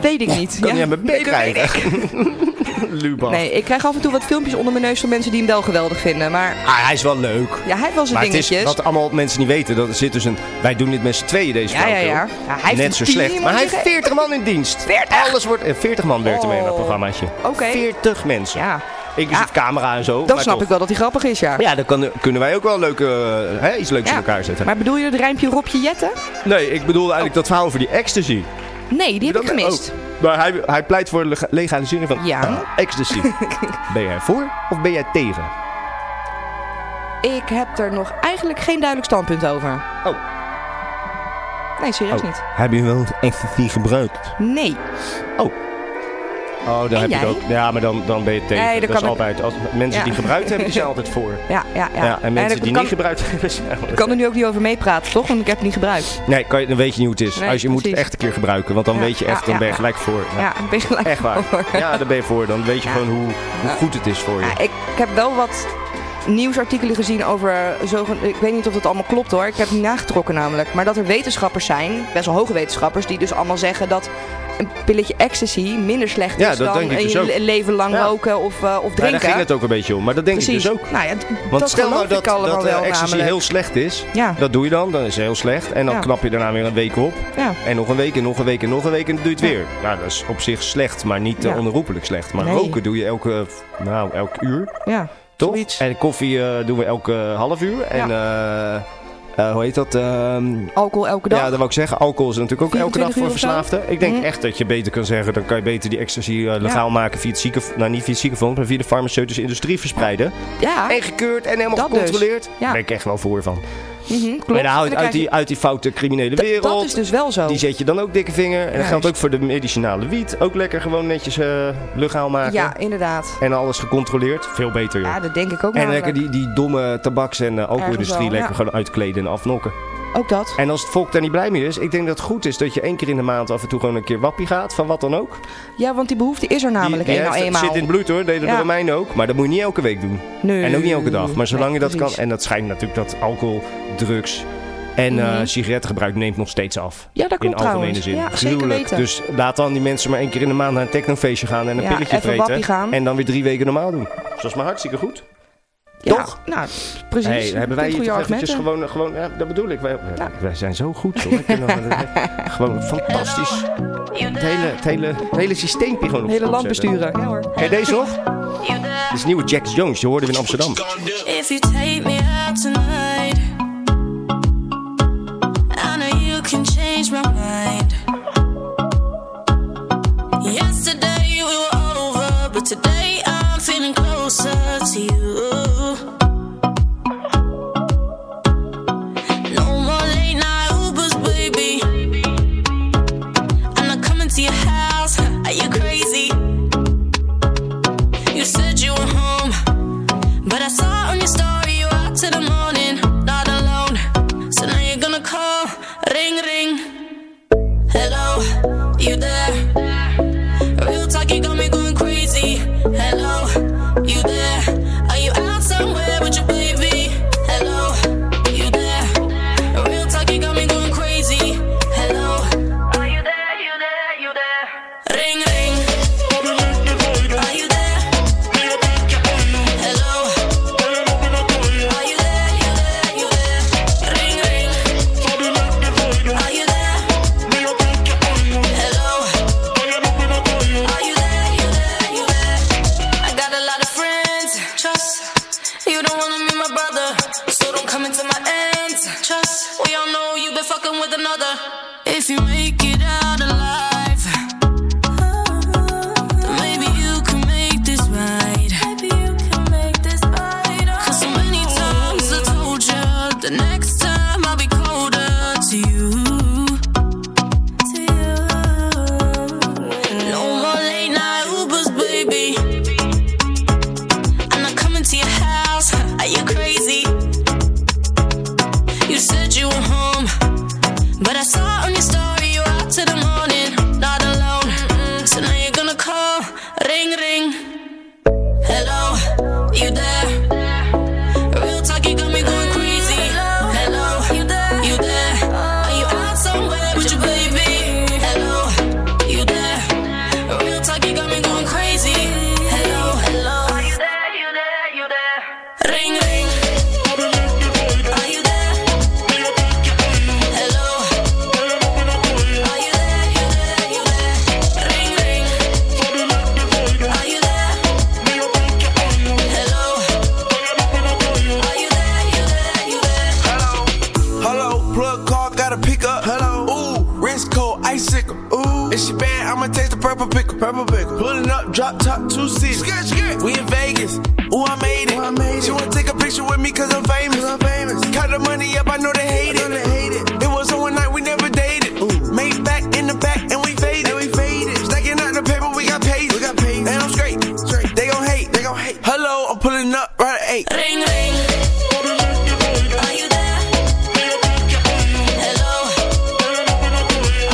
[SPEAKER 3] Weet ik niet.
[SPEAKER 1] Oh. Kan jij me
[SPEAKER 3] Nee, dat weet ik.
[SPEAKER 1] meekrijgen? Lubach.
[SPEAKER 3] Nee, ik krijg af en toe wat filmpjes onder mijn neus van mensen die hem wel geweldig vinden. Maar
[SPEAKER 1] Ah, hij is wel leuk.
[SPEAKER 3] ja, hij was zijn
[SPEAKER 1] Maar het is,
[SPEAKER 3] dingetjes.
[SPEAKER 1] wat allemaal mensen niet weten, dat er zit dus een... Wij doen dit met z'n tweeën, deze
[SPEAKER 3] Ja, ja,
[SPEAKER 1] flauwekul.
[SPEAKER 3] ja. Ja, hij heeft
[SPEAKER 1] Net
[SPEAKER 3] een
[SPEAKER 1] zo
[SPEAKER 3] team,
[SPEAKER 1] slecht. Maar
[SPEAKER 3] moet
[SPEAKER 1] hij
[SPEAKER 3] je
[SPEAKER 1] heeft 40 man in dienst.
[SPEAKER 3] 40?
[SPEAKER 1] Alles wordt... eh, 40 man werkt ermee in dat
[SPEAKER 3] Oh,
[SPEAKER 1] programmaatje.
[SPEAKER 3] oké.
[SPEAKER 1] 40 mensen.
[SPEAKER 3] Ja.
[SPEAKER 1] Inclusief
[SPEAKER 3] Ja.
[SPEAKER 1] camera en zo.
[SPEAKER 3] Dan
[SPEAKER 1] maar
[SPEAKER 3] snap
[SPEAKER 1] toch.
[SPEAKER 3] ik wel dat hij grappig is, ja.
[SPEAKER 1] Ja, dan kan- kunnen wij ook wel leuk, eh, hè, iets leuks
[SPEAKER 3] Ja.
[SPEAKER 1] in elkaar zetten.
[SPEAKER 3] Maar bedoel je het rijmpje Robje Jetten?
[SPEAKER 1] Nee, ik bedoelde eigenlijk dat verhaal over die ecstasy.
[SPEAKER 3] Nee, die heb ik
[SPEAKER 1] Dat-
[SPEAKER 3] gemist.
[SPEAKER 1] oh, maar hij, hij pleit voor de lega- legalisering van
[SPEAKER 3] Ja.
[SPEAKER 1] eh, ecstasy. ben jij voor of ben jij tegen?
[SPEAKER 3] Ik heb er nog eigenlijk geen duidelijk standpunt over.
[SPEAKER 1] Oh,
[SPEAKER 3] Nee, serieus niet.
[SPEAKER 1] heb je wel ecstasy gebruikt?
[SPEAKER 3] Nee.
[SPEAKER 1] Oh, dan heb je
[SPEAKER 3] jij?
[SPEAKER 1] het ook. Ja, maar dan, dan ben je tegen.
[SPEAKER 3] Nee, dat
[SPEAKER 1] dat is
[SPEAKER 3] kan ik-
[SPEAKER 1] altijd. Als mensen
[SPEAKER 3] Ja.
[SPEAKER 1] die gebruikt hebben, die zijn altijd voor.
[SPEAKER 3] Ja, ja, ja.
[SPEAKER 1] Ja, en mensen
[SPEAKER 3] dat
[SPEAKER 1] die
[SPEAKER 3] kan,
[SPEAKER 1] niet gebruikt hebben, zijn altijd-
[SPEAKER 3] Ik kan er nu ook niet over meepraten, toch? Want ik heb het niet gebruikt.
[SPEAKER 1] Nee, kan je, dan weet je niet hoe het is.
[SPEAKER 3] Nee,
[SPEAKER 1] Als je moet het
[SPEAKER 3] precies.
[SPEAKER 1] echt een keer gebruiken, want dan
[SPEAKER 3] Ja,
[SPEAKER 1] weet je
[SPEAKER 3] ja,
[SPEAKER 1] echt, dan
[SPEAKER 3] ja,
[SPEAKER 1] ben je
[SPEAKER 3] ja.
[SPEAKER 1] gelijk voor. Ja.
[SPEAKER 3] Ja, ik ben gelijk
[SPEAKER 1] Echt waar.
[SPEAKER 3] voor.
[SPEAKER 1] Ja, daar ben je voor. Dan weet je
[SPEAKER 3] Ja.
[SPEAKER 1] gewoon hoe, hoe goed het is voor je.
[SPEAKER 3] Ja, ik, ik heb wel wat nieuwsartikelen gezien over zogen. Ik weet niet of dat allemaal klopt hoor. Ik heb het niet nagetrokken namelijk. Maar dat er wetenschappers zijn, best wel hoge wetenschappers, die dus allemaal zeggen dat een pilletje ecstasy minder slecht
[SPEAKER 1] Ja,
[SPEAKER 3] is
[SPEAKER 1] dat
[SPEAKER 3] dan
[SPEAKER 1] denk ik
[SPEAKER 3] een
[SPEAKER 1] dus ook.
[SPEAKER 3] le- leven lang
[SPEAKER 1] Ja.
[SPEAKER 3] roken of, eh, of
[SPEAKER 1] Maar
[SPEAKER 3] drinken.
[SPEAKER 1] daar ging het ook een beetje om. Maar dat denk
[SPEAKER 3] Precies.
[SPEAKER 1] ik dus ook.
[SPEAKER 3] Nou ja, d-
[SPEAKER 1] Want
[SPEAKER 3] dat
[SPEAKER 1] stel nou
[SPEAKER 3] geloof
[SPEAKER 1] dat,
[SPEAKER 3] ik allemaal
[SPEAKER 1] dat eh,
[SPEAKER 3] wel
[SPEAKER 1] ecstasy
[SPEAKER 3] namelijk.
[SPEAKER 1] heel slecht is.
[SPEAKER 3] Ja.
[SPEAKER 1] Dat doe je dan, dan is het heel slecht. En dan
[SPEAKER 3] Ja.
[SPEAKER 1] knap je daarna weer een week op.
[SPEAKER 3] Ja.
[SPEAKER 1] En nog een week en nog een week en nog een week en dat doe je het weer. Nou, dat is op zich slecht, maar niet eh,
[SPEAKER 3] Ja.
[SPEAKER 1] onherroepelijk slecht. Maar
[SPEAKER 3] Nee.
[SPEAKER 1] roken doe je elke, eh, f- nou, elk uur.
[SPEAKER 3] Ja,
[SPEAKER 1] Toch? En koffie eh, doen we elke half uur. En eh, eh, hoe heet dat? Ehm,
[SPEAKER 3] alcohol elke dag.
[SPEAKER 1] Ja, dat wou ik zeggen. Alcohol is natuurlijk ook elke
[SPEAKER 3] 24
[SPEAKER 1] dag voor
[SPEAKER 3] uur of zo.
[SPEAKER 1] verslaafden. Ik denk
[SPEAKER 3] Mhm.
[SPEAKER 1] echt dat je beter kan zeggen, dan kan je beter die ecstasy eh, legaal maken via het ziekenfonds. Nou, niet via het ziekenfonds, maar via de farmaceutische industrie verspreiden.
[SPEAKER 3] ja.
[SPEAKER 1] En gekeurd en helemaal
[SPEAKER 3] gecontroleerd.
[SPEAKER 1] Daar
[SPEAKER 3] Ah. dus. Ja.
[SPEAKER 1] ben ik echt wel voor van.
[SPEAKER 3] Mhm, klopt.
[SPEAKER 1] Maar dan hou je het
[SPEAKER 3] En dan
[SPEAKER 1] uit
[SPEAKER 3] krijg je-
[SPEAKER 1] die, uit die foute criminele wereld.
[SPEAKER 3] dat is dus wel zo.
[SPEAKER 1] Die zet je dan ook dikke vinger. En dat
[SPEAKER 3] Juist.
[SPEAKER 1] geldt ook voor de medicinale wiet. Ook lekker gewoon netjes eh legaal maken.
[SPEAKER 3] Ja, inderdaad.
[SPEAKER 1] En alles gecontroleerd. Veel beter, joh.
[SPEAKER 3] Ja, dat denk ik ook
[SPEAKER 1] en
[SPEAKER 3] namelijk.
[SPEAKER 1] lekker die, die domme tabaks- en eh, alcoholindustrie
[SPEAKER 3] Ergens wel,
[SPEAKER 1] lekker
[SPEAKER 3] ja.
[SPEAKER 1] gewoon uitkleden en afnokken.
[SPEAKER 3] Ook dat.
[SPEAKER 1] En als het volk daar niet blij mee is, ik denk dat het goed is dat je één keer in de maand af en toe gewoon een keer wappie gaat, van wat dan ook.
[SPEAKER 3] Ja, want die behoefte is er namelijk
[SPEAKER 1] Die- die
[SPEAKER 3] een- nou
[SPEAKER 1] heeft-
[SPEAKER 3] eenmaal.
[SPEAKER 1] zit in het bloed hoor, deden
[SPEAKER 3] Ja.
[SPEAKER 1] de Romeinen ook. Maar dat moet je niet elke week doen.
[SPEAKER 3] Nee.
[SPEAKER 1] En ook niet elke dag. Maar zolang
[SPEAKER 3] Nee,
[SPEAKER 1] je dat kan.
[SPEAKER 3] precies.
[SPEAKER 1] En dat schijnt natuurlijk dat alcohol, drugs en eh, sigarettengebruik neemt nog steeds af.
[SPEAKER 3] Mhm. Ja, dat klopt
[SPEAKER 1] In algemene
[SPEAKER 3] trouwens.
[SPEAKER 1] zin.
[SPEAKER 3] Ja, zeker
[SPEAKER 1] Gruwelijk.
[SPEAKER 3] weten.
[SPEAKER 1] Dus laat dan die mensen maar één keer in de maand naar een technofeestje gaan en een
[SPEAKER 3] Ja,
[SPEAKER 1] pilletje
[SPEAKER 3] even
[SPEAKER 1] vreten.
[SPEAKER 3] wappie gaan.
[SPEAKER 1] En dan weer drie weken normaal doen. Dus dat is maar hartstikke goed.
[SPEAKER 3] Ja,
[SPEAKER 1] Eh, Toch?
[SPEAKER 3] Nou, precies.
[SPEAKER 1] Hey,
[SPEAKER 3] Ik
[SPEAKER 1] hebben wij
[SPEAKER 3] vind
[SPEAKER 1] hier toch
[SPEAKER 3] goede
[SPEAKER 1] eventjes
[SPEAKER 3] argumenten.
[SPEAKER 1] gewoon, gewoon ja, dat bedoel ik. Wij, wij zijn zo goed, hoor. Ik vind dat- gewoon fantastisch. Het hele, het hele, het hele systeempje gewoon op
[SPEAKER 3] Hele
[SPEAKER 1] slot
[SPEAKER 3] land
[SPEAKER 1] zetten.
[SPEAKER 3] besturen. Ja hoor.
[SPEAKER 1] Ken je deze nog? Dit is nieuwe Jack Jones, die hoorden we in Amsterdam.
[SPEAKER 8] If you take me out tonight, I know you can change my mind. Yesterday we were over, but today I'm feeling closer to you. No more late night Ubers, baby. I'm not coming to your house. Are you crazy? You said you were home. But I saw on your story you out till the morning, not alone. So now you're gonna call, ring ring. Hello, you there? Real talk, you got me going crazy. Hello, you there? Are you out somewhere with your baby? Hello, you there? Real talk, you got me going crazy. Hello, are you there? You there? You there? Ring ring. Are you there? Hello. Are you there? You there? You there? Ring ring. Are you there? Hello. Are you there? You there? You there? I got a lot of friends. Trust. You don't wanna meet my brother, so don't come into my ends. Trust. We all know you've been fucking with another. If you make it out alive, then maybe you can make this right. Maybe you can make this right. Oh. Cause so many times I told you, the next time I'll be colder to you. To you. No more late night Ubers, baby. I'm not coming to your house. Are you crazy? You said you were home. But I saw on your story you're out till the morning, not alone. So now you're gonna call, ring ring. Hello, you there? Real talk, you got me going crazy. Hello, you there? You there? Are you out somewhere with your baby? Hello, you there? Real talk, you got me going crazy. Hello, hello. Are you there? You there? You there? Ring ring. Are you there? Hello. Are you there? You there? You there? Ring ring. Are you there? Hello. Are you there? You there? You there?
[SPEAKER 12] Hello, plug car, gotta pick up. Hello, ooh, wrist cold, icicle. Ooh, if she bad, I'ma taste the purple pickle. Purple pickle. Pulling up, drop top, two seats. Skit, skit. We in Vegas. Ooh, I made it. she wanna take a picture with me cause I'm famous. Cause I'm famous. Cut the money up, I know they hate it. It was on one night, we never dated. Made back in the back, and we faded. And we faded. Stacking out the paper, we got paid. We got paid. And I'm straight. straight. They gon' hate. They gon' hate. Hello, I'm pulling up right at eight.
[SPEAKER 8] Ring ring. Are you there? Hello.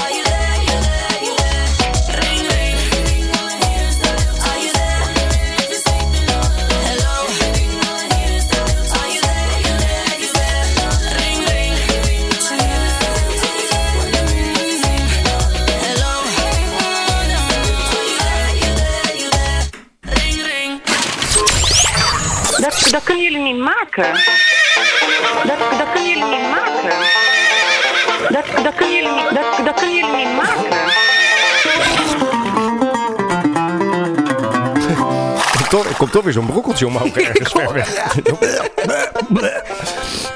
[SPEAKER 8] Are you there? You there? You there? Ring ring. Are you there? Hello.
[SPEAKER 13] niet maken. Dat, dat kunnen jullie niet maken. Dat, dat, kunnen jullie niet, dat, dat kunnen jullie niet maken.
[SPEAKER 1] Komt toch, komt toch weer zo'n brokkeltje omhoog ergens ver weg.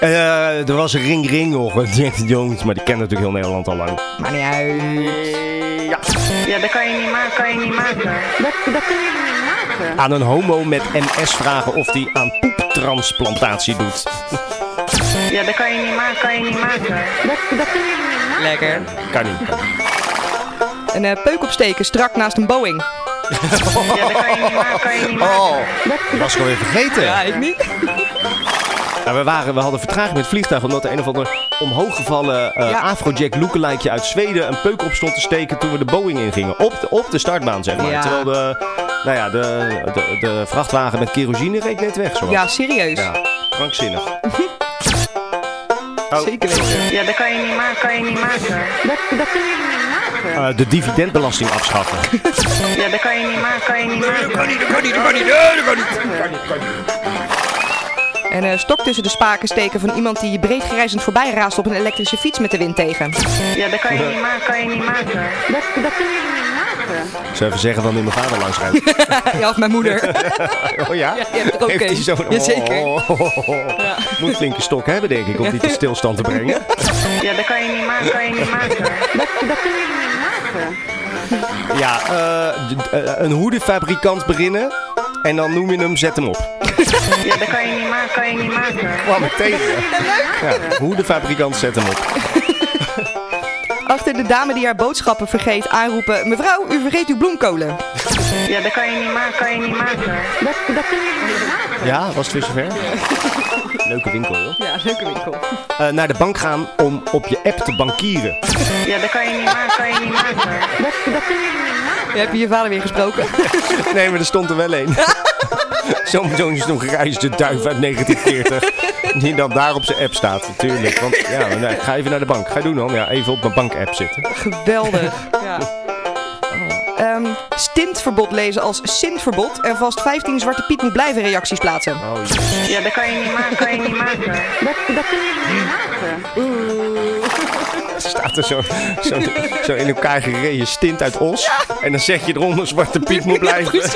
[SPEAKER 1] Eh, er was een ring ring ochtend, zegt Jones, maar die kent natuurlijk heel Nederland al lang.
[SPEAKER 3] Maar niet uit.
[SPEAKER 13] Ja. ja, dat kan je niet maken. Kan je niet maken. Dat, dat kunnen jullie niet maken.
[SPEAKER 1] Aan een homo met MS vragen of die aan poeptransplantatie doet.
[SPEAKER 13] Ja, dat kan je niet maken. Kan je niet maken. Dat, dat kunnen jullie niet maken.
[SPEAKER 3] Lekker.
[SPEAKER 1] Kan niet. kan niet.
[SPEAKER 3] Een eh, peuk opsteken strak naast een Boeing.
[SPEAKER 13] Ja, dat kan je niet maken. Kan je niet maken.
[SPEAKER 1] Oh, die was ik alweer vergeten.
[SPEAKER 3] Ja, ik niet.
[SPEAKER 1] Ja, we, waren, we hadden vertraging met het vliegtuig omdat er een of ander omhooggevallen eh Afrojack lookalikeje uit Zweden een peuk op stond te steken toen we de Boeing ingingen. Op de, op de startbaan, zeg maar.
[SPEAKER 3] Ja.
[SPEAKER 1] Terwijl de, nou ja, de, de, de vrachtwagen met kerosine reed net weg. Zo.
[SPEAKER 3] Ja, serieus.
[SPEAKER 1] Ja, krankzinnig. Oh,
[SPEAKER 3] Zeker weten.
[SPEAKER 13] Ja, dat kan je niet maken. Kan je niet maken. Dat, dat kunnen jullie niet maken.
[SPEAKER 1] Eh, de dividendbelasting afschaffen.
[SPEAKER 13] Ja, dat kan je niet maken. Kan je niet maken. Dat kan niet. Dat kan niet. Dat kan niet.
[SPEAKER 3] En een stok tussen de spaken steken van iemand die je breed gereizend voorbij raast op een elektrische fiets met de wind tegen.
[SPEAKER 13] Ja, dat kan je niet maken. Kan je niet maken. Dat, dat kunnen jullie niet maken.
[SPEAKER 1] Zou even zeggen van in mijn vader langs rijden.
[SPEAKER 3] ja, of mijn moeder.
[SPEAKER 1] Oh ja?
[SPEAKER 3] Ja, je hebt er ook
[SPEAKER 1] Heeft hij
[SPEAKER 3] een.
[SPEAKER 1] zo'n...
[SPEAKER 3] Jazeker.
[SPEAKER 1] Oh, oh, oh, oh. Moet een flinke stok hebben, denk ik, om die tot stilstand te brengen.
[SPEAKER 13] Ja, dat kan je niet maken. Kan je niet maken. Dat, dat kunnen jullie niet maken.
[SPEAKER 1] Ja, eh, d- eh, een hoedenfabrikant beginnen. En dan noem je hem, zet hem op.
[SPEAKER 13] Ja, dat kan je niet maken. Kan je niet maken.
[SPEAKER 1] Kwam ik tegen. Ja, hoedenfabrikant, zet hem op.
[SPEAKER 3] Achter de dame die haar boodschappen vergeet aanroepen: Mevrouw, u vergeet uw bloemkolen.
[SPEAKER 13] Ja, dat kan je niet maken, kan je niet maken. Dat, dat kunnen jullie niet maken.
[SPEAKER 1] Ja, was het weer zover? Leuke winkel, joh.
[SPEAKER 3] Ja, leuke winkel.
[SPEAKER 1] Eh, naar de bank gaan om op je app te bankieren.
[SPEAKER 13] Ja, dat kan je niet maken, kan je niet maken. Dat, dat kunnen jullie niet maken.
[SPEAKER 3] Je hebt je vader weer gesproken.
[SPEAKER 1] Nee, maar er stond er wel een. Zo'n zo'n zo'n gereisde duif uit 1940. Die dan daar op zijn app staat, natuurlijk. Want ja, nou, ik ga even naar de bank. Ga je doen dan? Ja, even op mijn bank-app zitten.
[SPEAKER 3] Geweldig. Ja. Ehm, stintverbod lezen als sintverbod en vast 15 Zwarte Piet moet blijven reacties plaatsen.
[SPEAKER 1] Oh,
[SPEAKER 13] Ja, dat kan je niet maken, kan je niet maken. Dat, dat kunnen jullie niet maken.
[SPEAKER 1] Staat er zo, zo, zo in elkaar gereden stint uit Os. En dan zeg je eronder Zwarte Piet moet blijven.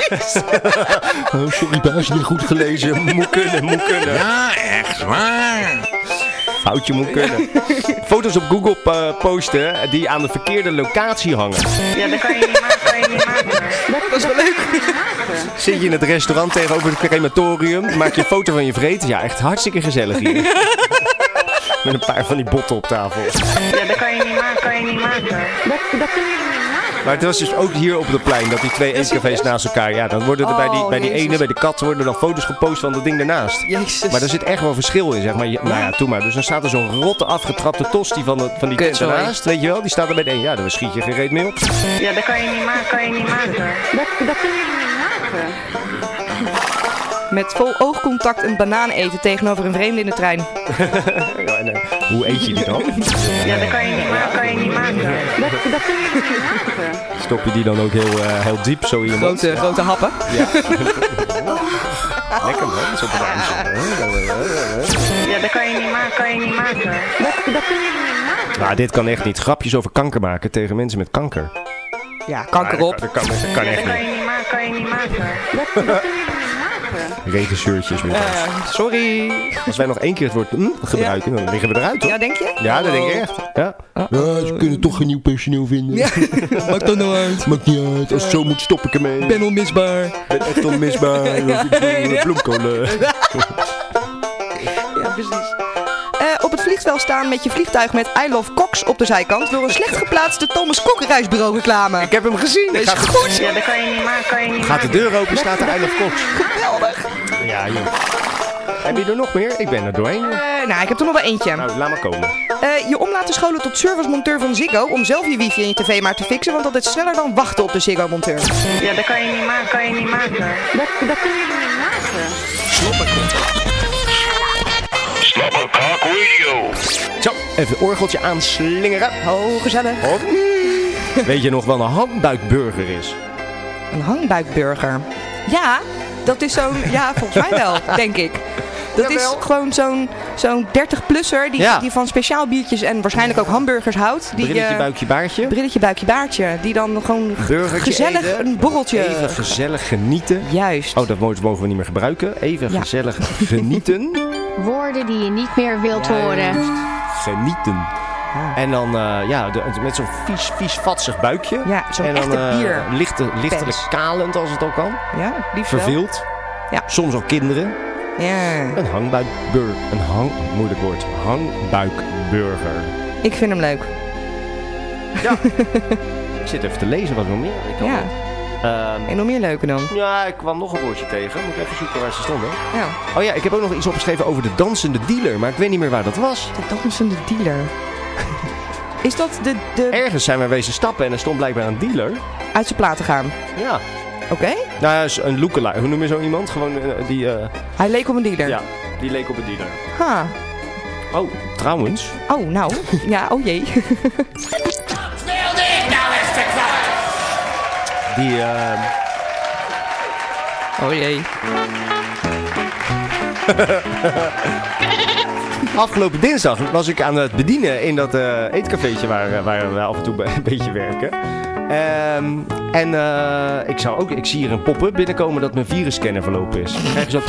[SPEAKER 1] Oh, sorry baas, niet goed gelezen. Moet kunnen, moet kunnen.
[SPEAKER 6] Ja, echt waar.
[SPEAKER 1] Foutje moet kunnen. Foto's op Google eh, posten die aan de verkeerde locatie hangen.
[SPEAKER 13] Ja, dat kan je niet maken, kan je niet maken.
[SPEAKER 3] Dat was wel leuk.
[SPEAKER 1] Zit je in het restaurant tegenover het crematorium, maak je een foto van je vreten. Ja, echt hartstikke gezellig hier. Met een paar van die botten op tafel.
[SPEAKER 13] Ja, dat kan je niet maken, kan je niet maken. Dat, dat kunnen jullie niet maken.
[SPEAKER 1] Maar het was dus ook hier op het plein, dat die twee eetcafés naast elkaar... Ja, dan worden er bij die,
[SPEAKER 3] Oh,
[SPEAKER 1] bij die
[SPEAKER 3] Jezus.
[SPEAKER 1] ene, bij de kat, worden dan foto's gepost van dat ding daarnaast.
[SPEAKER 3] Jezus.
[SPEAKER 1] Maar daar zit echt wel verschil in, zeg maar. Je- Nou ja, toen maar. Dus dan staat er zo'n rotte afgetrapte tosti van, de, van die tent
[SPEAKER 3] Kutzooi.
[SPEAKER 1] daarnaast. Weet je wel, die staat er bij de een. Ja, daar schiet je geen reet mee op.
[SPEAKER 13] Ja, dat kan je niet maken, kan je niet maken. Dat, dat kunnen jullie niet maken.
[SPEAKER 3] Met vol oogcontact een banaan eten tegenover een vreemde in de trein.
[SPEAKER 1] Ja, en, eh, hoe eet je die dan?
[SPEAKER 13] Ja, dat kan je niet maken, kan je niet maken. Dat, dat kunnen jullie niet maken.
[SPEAKER 1] Stop je die dan ook heel, eh, heel diep zo in je mond?
[SPEAKER 3] Grote, grote happen.
[SPEAKER 1] Ja. Lekker man, zo'n banaantje.
[SPEAKER 13] Ja, dat kan je niet maken, kan je niet maken. Dat, dat kunnen jullie niet maken.
[SPEAKER 1] Nou, dit kan echt niet. Grapjes over kanker maken tegen mensen met kanker.
[SPEAKER 3] Ja, kanker op.
[SPEAKER 1] Ah, Dat kan, dat kan
[SPEAKER 13] Ja, dat
[SPEAKER 1] echt
[SPEAKER 13] kan
[SPEAKER 1] niet.
[SPEAKER 13] je niet maken, kan je niet maken. Dat, dat kunnen jullie niet maken.
[SPEAKER 1] Regisseurtjes weer.
[SPEAKER 3] Eh, sorry.
[SPEAKER 1] Als wij nog één keer het woord hm gebruiken, dan liggen we eruit hoor.
[SPEAKER 3] Ja, denk je? Oh,
[SPEAKER 1] Ja, dat denk ik echt. Ja. ze kunnen toch geen nieuw personeel vinden.
[SPEAKER 3] Maakt dat nou uit.
[SPEAKER 1] Maakt niet uit. Als het zo moet, stop ik ermee. Ik
[SPEAKER 3] ben onmisbaar.
[SPEAKER 1] ben echt onmisbaar.
[SPEAKER 3] Ja.
[SPEAKER 1] Ik eh, doe bloemkolen.
[SPEAKER 3] Ja, precies. Eh, op het vliegveld staan met je vliegtuig met I Love Cox op de zijkant... door een slecht geplaatste Thomas Cook reisbureau reclame.
[SPEAKER 1] Ik heb hem gezien.
[SPEAKER 3] Dat is
[SPEAKER 1] Gaat-
[SPEAKER 3] goed.
[SPEAKER 13] Ja, dat kan je niet maken, kan je niet
[SPEAKER 1] Gaat de
[SPEAKER 13] maken.
[SPEAKER 1] deur open, staat er Isle of Cox.
[SPEAKER 3] Geweldig.
[SPEAKER 1] Ja, joh. Heb je er nog meer? Ik ben er doorheen. joh.
[SPEAKER 3] Eh, nou, ik heb er nog wel eentje.
[SPEAKER 1] Nou, laat maar komen.
[SPEAKER 3] Eh, je om laten scholen tot servicemonteur van Ziggo... om zelf je wifi en je tv maar te fixen... want dat is sneller dan wachten op de Ziggo-monteur.
[SPEAKER 13] Ja, dat kan je niet maken, kan je niet maken. Dat, dat kunnen jullie niet maken.
[SPEAKER 1] Zo, even het orgeltje aanslingeren.
[SPEAKER 3] Oh, gezellig.
[SPEAKER 1] Hop. Weet je nog wat een handbuikburger is?
[SPEAKER 3] Een hangbuikburger. Ja, dat is zo'n... Ja, volgens mij wel, denk ik. Dat is gewoon zo'n zo'n 30-plusser die,
[SPEAKER 1] Ja.
[SPEAKER 3] die van speciaal biertjes en waarschijnlijk ook hamburgers houdt. Die,
[SPEAKER 1] Brilletje,
[SPEAKER 3] eh,
[SPEAKER 1] buikje, baartje.
[SPEAKER 3] Brilletje, buikje, baartje. Die dan gewoon g-
[SPEAKER 1] Burgertje
[SPEAKER 3] gezellig
[SPEAKER 1] eten.
[SPEAKER 3] een borreltje...
[SPEAKER 1] Even gezellig genieten.
[SPEAKER 3] Juist.
[SPEAKER 1] Oh, dat woord mogen we niet meer gebruiken. Even gezellig genieten.
[SPEAKER 7] Woorden die je niet meer wilt horen.
[SPEAKER 1] Genieten. En dan eh, ja, de- met zo'n vies, vies, vatsig buikje.
[SPEAKER 3] Ja, zo'n
[SPEAKER 1] en dan,
[SPEAKER 3] echte
[SPEAKER 1] eh,
[SPEAKER 3] bier-
[SPEAKER 1] lichte, lichtelijk
[SPEAKER 3] pens.
[SPEAKER 1] kalend als het ook kan.
[SPEAKER 3] Ja, liefst wel.
[SPEAKER 1] Verveeld.
[SPEAKER 3] Ja.
[SPEAKER 1] Soms ook kinderen.
[SPEAKER 3] Ja.
[SPEAKER 1] Een hangbuikburger. Een hang, moeilijk woord. Hangbuikburger.
[SPEAKER 3] Ik vind hem leuk.
[SPEAKER 1] Ik zit even te lezen wat er nog meer. Ik kan
[SPEAKER 3] Ja.
[SPEAKER 1] het.
[SPEAKER 3] En nog meer leuke dan.
[SPEAKER 1] Ehm, ja, ik kwam nog een woordje tegen. Moet ik even zoeken waar ze stonden.
[SPEAKER 3] Ja.
[SPEAKER 1] Oh ja, ik heb ook nog iets opgeschreven over de dansende dealer, maar ik weet niet meer waar dat was.
[SPEAKER 3] De dansende dealer. Is dat de, de...
[SPEAKER 1] Ergens zijn we wezen stappen en er stond blijkbaar een dealer.
[SPEAKER 3] Uit zijn platen gaan.
[SPEAKER 1] Ja.
[SPEAKER 3] Oké.
[SPEAKER 1] Nou, ja, is een lookalike. Hoe noem je zo iemand? Gewoon eh, die... eh,
[SPEAKER 3] Hij leek op een dealer.
[SPEAKER 1] ja, die leek op een dealer.
[SPEAKER 3] Ha.
[SPEAKER 1] Oh, trouwens.
[SPEAKER 3] Oh, nou. Ja, oh jee.
[SPEAKER 6] Wilde ik nou echt kwaad?
[SPEAKER 1] Die... ehm,
[SPEAKER 3] Oh jee.
[SPEAKER 1] Afgelopen dinsdag was ik aan het bedienen in dat eh eetcafeetje waar, eh, waar we af en toe be- een beetje werken. Ehm, en eh, ik, zou ook, ik zie hier een pop-up binnenkomen dat mijn virusscanner verlopen is. Dan krijg je zo...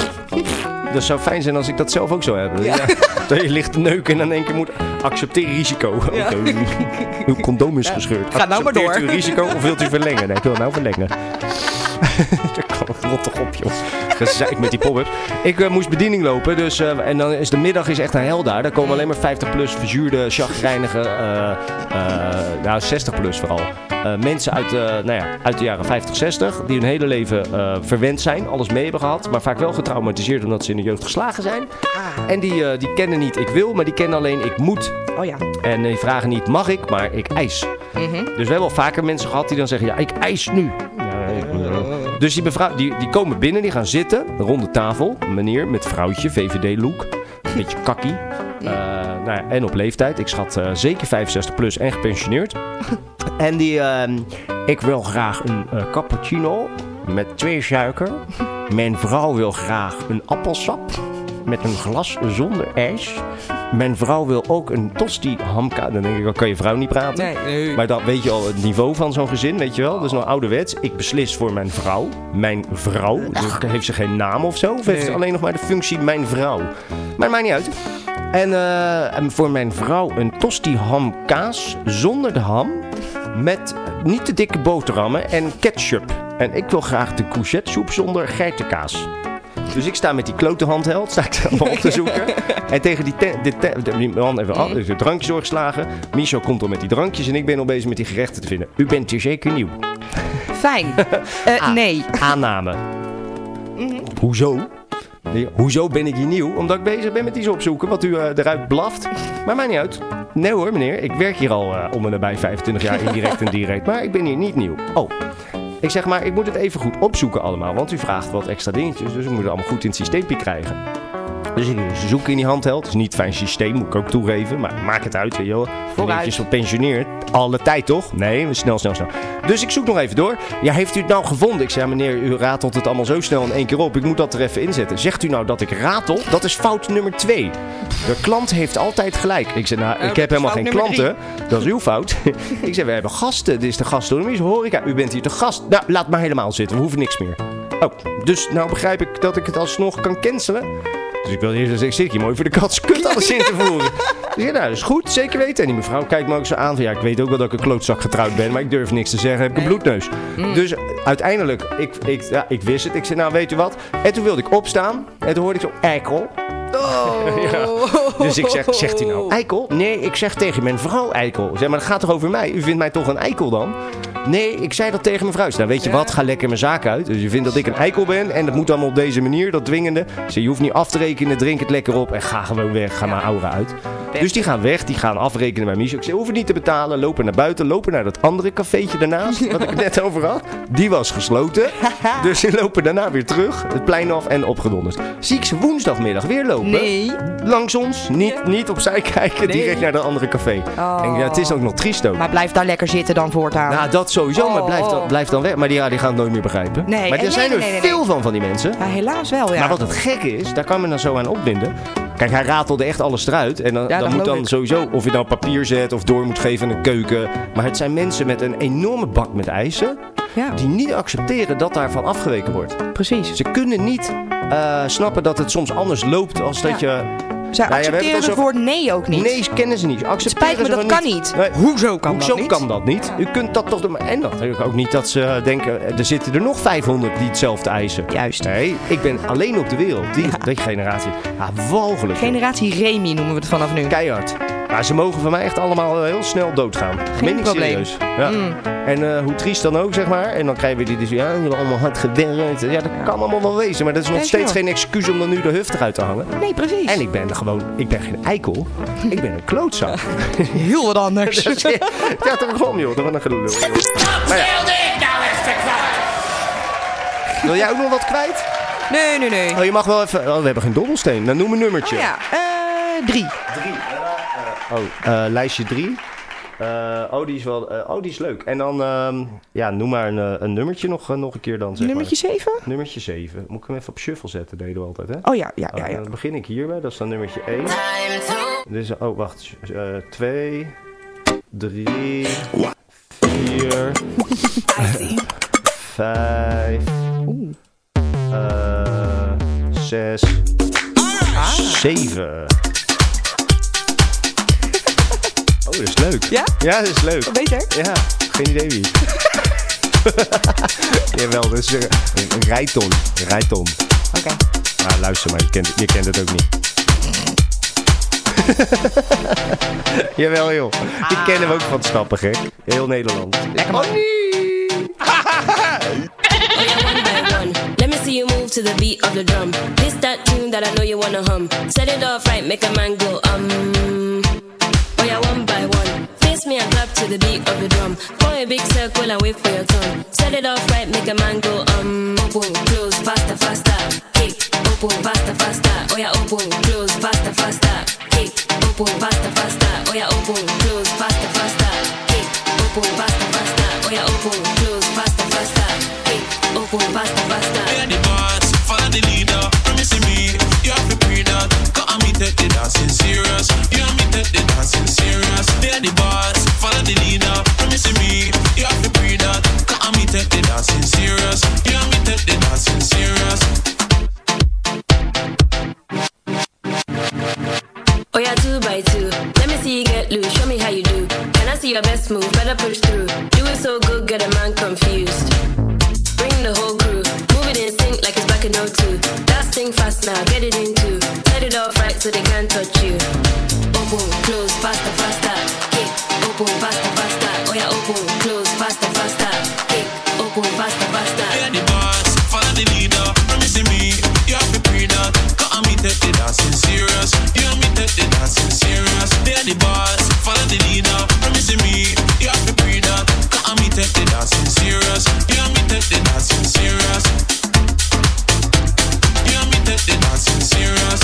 [SPEAKER 1] Dat zou fijn zijn als ik dat zelf ook zou hebben. Ja. Dat je ligt te neuken en dan denk je moet accepteren risico.
[SPEAKER 6] Ja.
[SPEAKER 1] Oké, uw- Uw condoom is gescheurd.
[SPEAKER 6] ga nou maar door.
[SPEAKER 1] Accepteert u risico of wilt u verlengen? Nee, ik wil nou verlengen. Dat kan rot toch op, joh. Gezeik met die pop-ups. Ik eh, moest bediening lopen, dus, eh, en dan is de middag is echt een hel daar. Daar komen alleen maar 50-plus verzuurde, chagrijnige, eh, eh, nou 60-plus vooral. Eh, mensen uit, eh, nou ja, uit de jaren 50, 60, die hun hele leven eh, verwend zijn, alles mee hebben gehad, maar vaak wel getraumatiseerd omdat ze in de jeugd geslagen zijn. En die, eh, die kennen niet ik wil, maar die kennen alleen ik moet.
[SPEAKER 3] Oh ja.
[SPEAKER 1] En die vragen niet mag ik, maar ik eis. Dus we hebben al vaker mensen gehad die dan zeggen: Ja, ik eis nu. Ja, ik- Dus die, bevrouw, die, die komen binnen, die gaan zitten, ronde tafel, een meneer met vrouwtje, VVD-look, beetje kakkie. eh, nou ja, en op leeftijd, ik schat eh, zeker 65 plus en gepensioneerd. En die, ehm, ik wil graag een eh, cappuccino met twee suiker. Mijn vrouw wil graag een appelsap met een glas zonder ijs. Mijn vrouw wil ook een tosti hamka. Dan denk ik, dan kan je vrouw niet praten. Maar dan weet je al het niveau van zo'n gezin, weet je wel. Dat is nou ouderwets. Ik beslis voor mijn vrouw. Mijn vrouw. Dus heeft ze geen naam of zo? Of heeft ze
[SPEAKER 6] Nee.
[SPEAKER 1] alleen nog maar de functie mijn vrouw? Maar maakt niet uit. En, eh, en voor mijn vrouw een tosti ham kaas zonder de ham. Met niet te dikke boterhammen en ketchup. En ik wil graag de courgette soep zonder geitenkaas. Dus ik sta met die klote handheld, sta ik er allemaal op te zoeken. En tegen die, te- de te- de- die man even al- de drankjes doorgeslagen. Michel komt al met die drankjes en ik ben al bezig met die gerechten te vinden. U bent hier zeker nieuw.
[SPEAKER 3] Fijn. Eh,
[SPEAKER 1] Ah.
[SPEAKER 3] nee.
[SPEAKER 1] Aanname. Mhm. Hoezo? Nee, hoezo ben ik hier nieuw? Omdat ik bezig ben met iets opzoeken wat u eh, eruit blaft. Maar maakt niet uit. Nee hoor meneer, ik werk hier al eh, om en nabij 25 jaar indirect en direct. Maar ik ben hier niet nieuw. Oh. Ik zeg maar, ik moet het even goed opzoeken allemaal. Want u vraagt wat extra dingetjes. Dus ik moet het allemaal goed in het systeempje krijgen. Dus ik zoek in die handheld. Het is niet een fijn systeem, moet ik ook toegeven. Maar maakt het uit, weet je wel. Vooruit. is gepensioneerd. Alle tijd, toch? Nee, snel, snel, snel. Dus ik zoek nog even door. Ja, heeft u het nou gevonden? Ik zei, ja, meneer, u ratelt het allemaal zo snel in één keer op. Ik moet dat er even inzetten. Zegt u nou dat ik ratel? Dat is fout nummer twee. De klant heeft altijd gelijk. Ik zei, nou,
[SPEAKER 6] Eh,
[SPEAKER 1] ik heb
[SPEAKER 6] dat is
[SPEAKER 1] helemaal geen
[SPEAKER 6] fout nummer
[SPEAKER 1] klanten. Dat is uw fout. ik zei, we hebben gasten. Dit is de gasten. is horeca. U bent hier te gast. Nou, laat maar helemaal zitten. We hoeven niks meer. Oh, dus nou begrijp ik dat ik het alsnog kan cancelen. Dus ik wil eerst zeggen, ik zit hier mooi voor de katse kut alles in te voeren. Dus ja, nou, dat is goed, zeker weten. En die mevrouw kijkt me ook zo aan van, ja, ik weet ook wel dat ik een klootzak getrouwd ben, maar ik durf niks te zeggen, heb ik een bloedneus.
[SPEAKER 6] Mm.
[SPEAKER 1] Dus uiteindelijk, ik, ik, ja, ik wist het. Ik zei, nou, weet u wat? En toen wilde ik opstaan en toen hoorde ik zo, eikel. Ja. Dus ik zeg, zegt u nou eikel? Nee, ik zeg tegen mijn vrouw eikel. Zeg maar, dat gaat toch over mij? U vindt mij toch een eikel dan? Nee, ik zei dat tegen mijn vrouw. Ik zei, Nou, weet je wat? Ga lekker mijn zaak uit. Dus je vindt dat ik een eikel ben en dat moet allemaal op deze manier, dat dwingende. Ik zei, je hoeft niet af te rekenen, drink het lekker op en ga gewoon weg. Ga maar aura uit. Dus die gaan weg, die gaan afrekenen bij Michel. Ik zei, hoef het niet te betalen. Lopen naar buiten, lopen naar dat andere cafeetje daarnaast, wat ik het net over had. Die was gesloten. Dus ze lopen daarna weer terug, het plein af en opgedonderd. Zie ik ze woensdagmiddag weer lopen.
[SPEAKER 6] Nee.
[SPEAKER 1] Langs ons. Dus niet, niet opzij kijken,
[SPEAKER 3] Nee.
[SPEAKER 1] direct naar dat andere café.
[SPEAKER 3] Oh.
[SPEAKER 1] En ja, het is ook nog triest ook.
[SPEAKER 3] Maar blijf daar lekker zitten dan voortaan.
[SPEAKER 1] Nou, dat sowieso, maar
[SPEAKER 3] Oh,
[SPEAKER 1] blijf dan,
[SPEAKER 3] oh.
[SPEAKER 1] blijf dan weg. Maar die, ja, die gaan het nooit meer begrijpen.
[SPEAKER 3] Nee,
[SPEAKER 1] maar
[SPEAKER 3] en
[SPEAKER 1] er
[SPEAKER 3] nee,
[SPEAKER 1] zijn
[SPEAKER 3] nee,
[SPEAKER 1] er
[SPEAKER 3] nee, nee,
[SPEAKER 1] veel van, van die mensen.
[SPEAKER 3] Ja, helaas wel, ja.
[SPEAKER 1] Maar wat het gekke is, daar kan men dan zo aan opwinden. Kijk, hij ratelde echt alles eruit. En dan,
[SPEAKER 3] Ja,
[SPEAKER 1] dan
[SPEAKER 3] dat
[SPEAKER 1] moet
[SPEAKER 3] geloof
[SPEAKER 1] dan
[SPEAKER 3] ik.
[SPEAKER 1] sowieso, of je nou papier zet of door moet geven aan de keuken. Maar het zijn mensen met een enorme bak met eisen. Die niet accepteren dat daarvan afgeweken wordt.
[SPEAKER 3] Precies.
[SPEAKER 1] Ze kunnen niet eh, snappen dat het soms anders loopt als dat
[SPEAKER 3] Ja.
[SPEAKER 1] je...
[SPEAKER 3] Ze
[SPEAKER 1] Nou ja, we hebben
[SPEAKER 3] accepteren
[SPEAKER 1] al
[SPEAKER 3] het,
[SPEAKER 1] zo-
[SPEAKER 3] woord nee ook niet.
[SPEAKER 1] Nee, ze kennen ze niet. Ze Accepteren
[SPEAKER 3] Spijt me,
[SPEAKER 1] ze
[SPEAKER 3] dat
[SPEAKER 1] gewoon
[SPEAKER 3] kan niet.
[SPEAKER 1] Nee,
[SPEAKER 3] Hoezo kan
[SPEAKER 1] Hoezo
[SPEAKER 3] dat niet?
[SPEAKER 1] kan dat niet? U kunt dat toch... doen. En dat ook niet dat ze eh, denken... eh, Er zitten er nog 500 die hetzelfde eisen. Juist. Nee, ik ben alleen op de wereld. Die, die generatie. Ah, walgelijk. joh.
[SPEAKER 3] Generatie Remy noemen we het vanaf nu.
[SPEAKER 1] Keihard. Maar ze mogen van mij echt allemaal eh, heel snel doodgaan. Meen ik
[SPEAKER 3] probleem. Mm.
[SPEAKER 1] serieus. Ja. En eh, hoe triest dan ook, zeg maar. En dan krijgen we die dus, ja, jullie hebben allemaal hard gewerkt. Ja, dat kan allemaal wel wezen. Maar dat is nog
[SPEAKER 3] Ja,
[SPEAKER 1] steeds
[SPEAKER 3] sure.
[SPEAKER 1] geen excuus om dan nu de huftig uit te hangen.
[SPEAKER 3] Nee, precies.
[SPEAKER 1] En ik ben er gewoon, ik ben geen eikel. ik ben een klootzak.
[SPEAKER 3] Heel wat anders.
[SPEAKER 1] ja, toch gewoon, joh. Dat was een gelul. joh. Nou ja,
[SPEAKER 4] ik nou echt
[SPEAKER 1] wil jij ook nog wat kwijt?
[SPEAKER 3] Nee, nee, nee.
[SPEAKER 1] Oh, je mag wel even... Oh, we hebben geen dobbelsteen. Dan noem een nummertje.
[SPEAKER 3] Ja, eh, drie.
[SPEAKER 1] Oh, eh, lijstje 3. oh, die is wel, eh, oh, die is leuk. En dan, ehm, ja, noem maar een, eh, een nummertje nog, eh, nog een keer dan. Zeg
[SPEAKER 3] Nummertje
[SPEAKER 1] maar.
[SPEAKER 3] 7?
[SPEAKER 1] Nummertje 7. Moet ik hem even op shuffle zetten, deden we altijd, hè?
[SPEAKER 3] Oh ja, ja, ja,
[SPEAKER 1] Oh,
[SPEAKER 3] ja.
[SPEAKER 1] Dan begin ik hierbij, dat is dan nummertje 1. Dus, oh, wacht. 2, 3, 4, 5, eh, 6, 7. Oh, dat is leuk.
[SPEAKER 3] Ja?
[SPEAKER 1] Ja, dat is leuk.
[SPEAKER 3] Beter?
[SPEAKER 1] Ja, geen idee wie. Jawel, dat is een, een rijton. Een rijton.
[SPEAKER 3] Oké.
[SPEAKER 1] Maar Ah, luister maar, je kent, je kent het ook niet. Jawel joh,
[SPEAKER 14] Ah.
[SPEAKER 1] ik ken hem ook van het stappen gek. Heel Nederland.
[SPEAKER 3] Lekker man.
[SPEAKER 5] one by one. Let me see you move to the beat of the drum. This that tune that I know you wanna hum. Set it off right, make a man go um. Oh yeah, one by one. Face me and clap to the beat of the drum. Form a big circle and wait for your turn. Set it off right, make a man go um. Open, close, faster, faster. Kick, open, faster, faster. Oh yeah, open, close, faster, faster. Kick, open, faster, faster. Oh yeah, open, close, faster, faster. Kick, open, faster, faster. Oh yeah, open, close, faster, faster. Kick, open, faster, faster.
[SPEAKER 4] They are the boss, follow the leader. Promising me, you have to pray that. Cause me take the dancing serious. You and me take the dancing serious. They are the boss, follow the leader. Promising me, you have to pray that. Cause me take the dancing serious. You and me take the dancing serious.
[SPEAKER 5] Oh yeah, two by two. Let me see you get loose. Show me how you do. Can I see your best move? Better push through. Do it so good, get a man confused. Bring the whole crew. Move it in sync like it's back in 02. That's thing fast now, get it into. Set it off right so they can't touch you. Open, close, faster, faster. Kick, open, faster, faster. Oh yeah, open, close, faster, faster. Kick, open, faster, faster.
[SPEAKER 4] They are the boss, follow the leader. Promising me, you have to pray that. Cause me take the dancing serious. You and me take the dancing serious. They are the boss, follow the leader. Promising me, you have to pray that. Cause me take the dancing serious. You and me take the dancing serious. You and me take the dancing serious.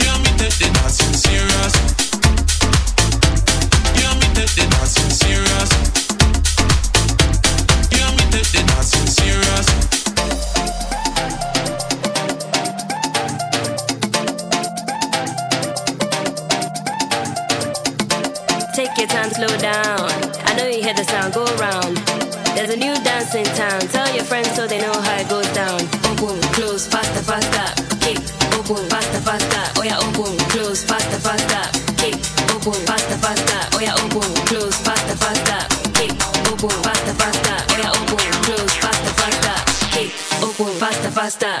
[SPEAKER 4] You and me take the dancing serious. You and me take the dancing serious. You and me take the dancing serious.
[SPEAKER 5] Take your time, slow down. I know you hear the sound go round. There's a new dance in town. Tell your friends so they know how it goes down. Open, close, faster, faster. Kick, open, faster, faster. Oh yeah, open, close, faster, faster. Kick, open, faster, faster. Oh yeah, open, close, faster, faster. Kick, open, faster, faster. Oh yeah, open, close, faster, faster. Kick, open, faster, faster.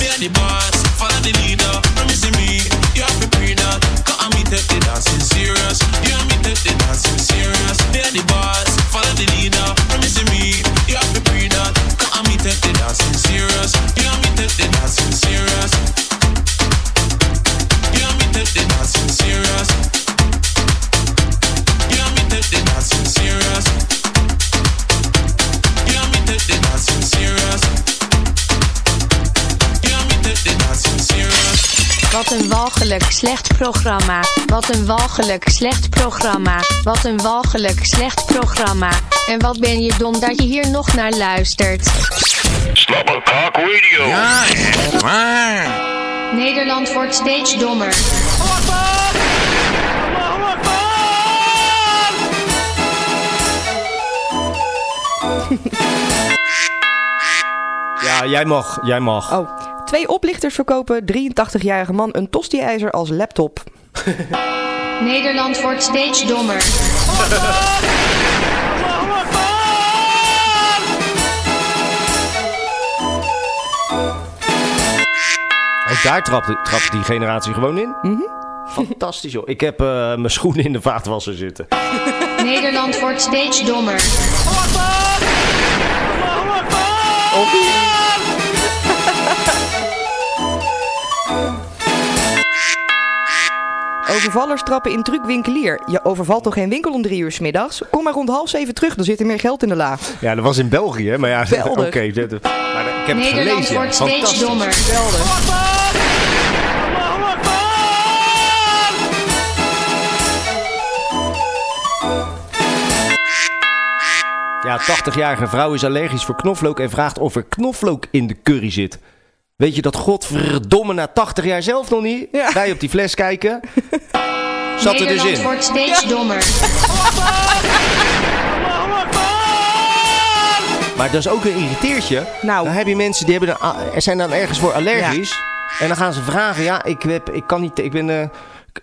[SPEAKER 4] They are the boss, follow the leader. Promising me, you have to pray that. Cause me take the dancing serious. You and me take the dancing serious. They are the boss, follow the leader. Promising me, you have to pray that. Cause me take the dancing serious. You and me take
[SPEAKER 14] een walgelijk slecht programma. Wat een walgelijk slecht programma. Wat een walgelijk slecht programma. En wat ben je dom dat je hier nog naar luistert.
[SPEAKER 6] Slapperkak Radio. Ja, maar.
[SPEAKER 14] Nederland wordt steeds dommer.
[SPEAKER 1] Ja, jij mag. Jij mag.
[SPEAKER 3] Oh, twee oplichters verkopen 83-jarige man een tosti-ijzer als laptop.
[SPEAKER 14] Nederland wordt steeds dommer.
[SPEAKER 1] Ook daar trapt, trapt die generatie gewoon in.
[SPEAKER 14] Mhm.
[SPEAKER 1] Fantastisch joh. Ik heb eh, mijn schoenen in de vaatwasser zitten.
[SPEAKER 14] Nederland wordt steeds dommer.
[SPEAKER 3] Overvallers trappen in truckwinkelier. Je overvalt toch geen winkel om drie uur 's middags? Kom maar rond half zeven terug, dan zit er meer geld in de la.
[SPEAKER 1] Ja, dat was in België, hè, maar ja, oké.
[SPEAKER 3] Geweldig.
[SPEAKER 1] dit- maar ik heb het
[SPEAKER 14] Nederland
[SPEAKER 1] gelezen.
[SPEAKER 14] wordt steeds
[SPEAKER 1] Fantastisch.
[SPEAKER 14] dommer.
[SPEAKER 1] Ja, 80-jarige vrouw is allergisch voor knoflook en vraagt of er knoflook in de curry zit. Weet je dat godverdomme na 80 jaar zelf nog niet? Wij op die fles kijken. Zat er dus
[SPEAKER 14] Nederland
[SPEAKER 1] in.
[SPEAKER 14] wordt steeds dommer.
[SPEAKER 1] Maar dat is ook een irriteertje. Nou. Dan heb je mensen die hebben dan, er zijn dan ergens voor allergisch. En dan gaan ze vragen, ja, ik, heb, ik kan niet, ik ben... eh,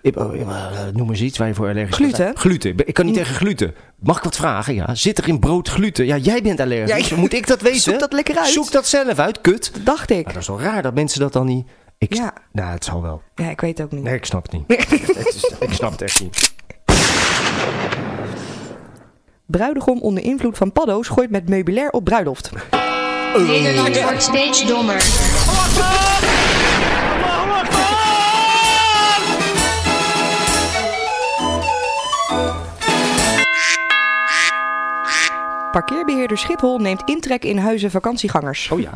[SPEAKER 1] ik, oh, eh, noem eens iets waar je voor allergisch voor
[SPEAKER 3] Gluten?
[SPEAKER 1] bent. Gluten. Ik ben- Ik kan niet tegen gluten. Mag ik wat vragen? Ja. Zit er in brood gluten? Ja, jij bent allergisch.
[SPEAKER 3] Jij-
[SPEAKER 1] Moet ik dat weten?
[SPEAKER 3] Zoek dat lekker uit.
[SPEAKER 1] Zoek dat zelf uit, kut. Dat
[SPEAKER 3] dacht ik.
[SPEAKER 1] Maar Nou, dat is wel raar dat mensen dat dan niet... Ik,
[SPEAKER 3] Ja.
[SPEAKER 1] Nou, het zal wel.
[SPEAKER 3] Ja, ik weet het ook niet.
[SPEAKER 1] Nee, ik snap het niet. Het is- ik snap het echt niet.
[SPEAKER 3] Bruidegom onder invloed van paddo's gooit met meubilair op bruiloft.
[SPEAKER 14] Nederland wordt steeds dommer.
[SPEAKER 3] Parkeerbeheerder Schiphol neemt intrek in huizen vakantiegangers.
[SPEAKER 1] Oh ja.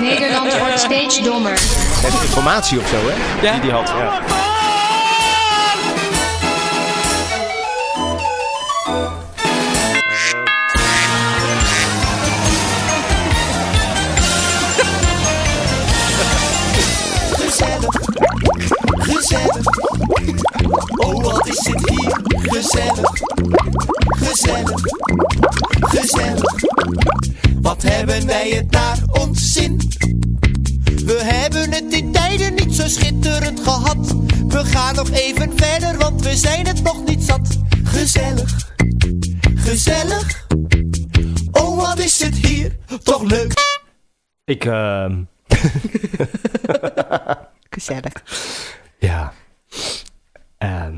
[SPEAKER 14] Nederland wordt steeds dommer.
[SPEAKER 1] Het is informatie of zo, hè? Die die had. Ja.
[SPEAKER 6] Gezellig. Gezellig. Oh, wat is het hier gezellig. Gezellig. Gezellig. Wat hebben wij het naar ons zin? We hebben het in tijden niet zo schitterend gehad. We gaan nog even verder, want we zijn het nog niet zat. Gezellig. Gezellig. Oh, wat is het hier toch leuk.
[SPEAKER 1] Ik, ehm
[SPEAKER 3] Gezellig.
[SPEAKER 1] Ja. Ehm.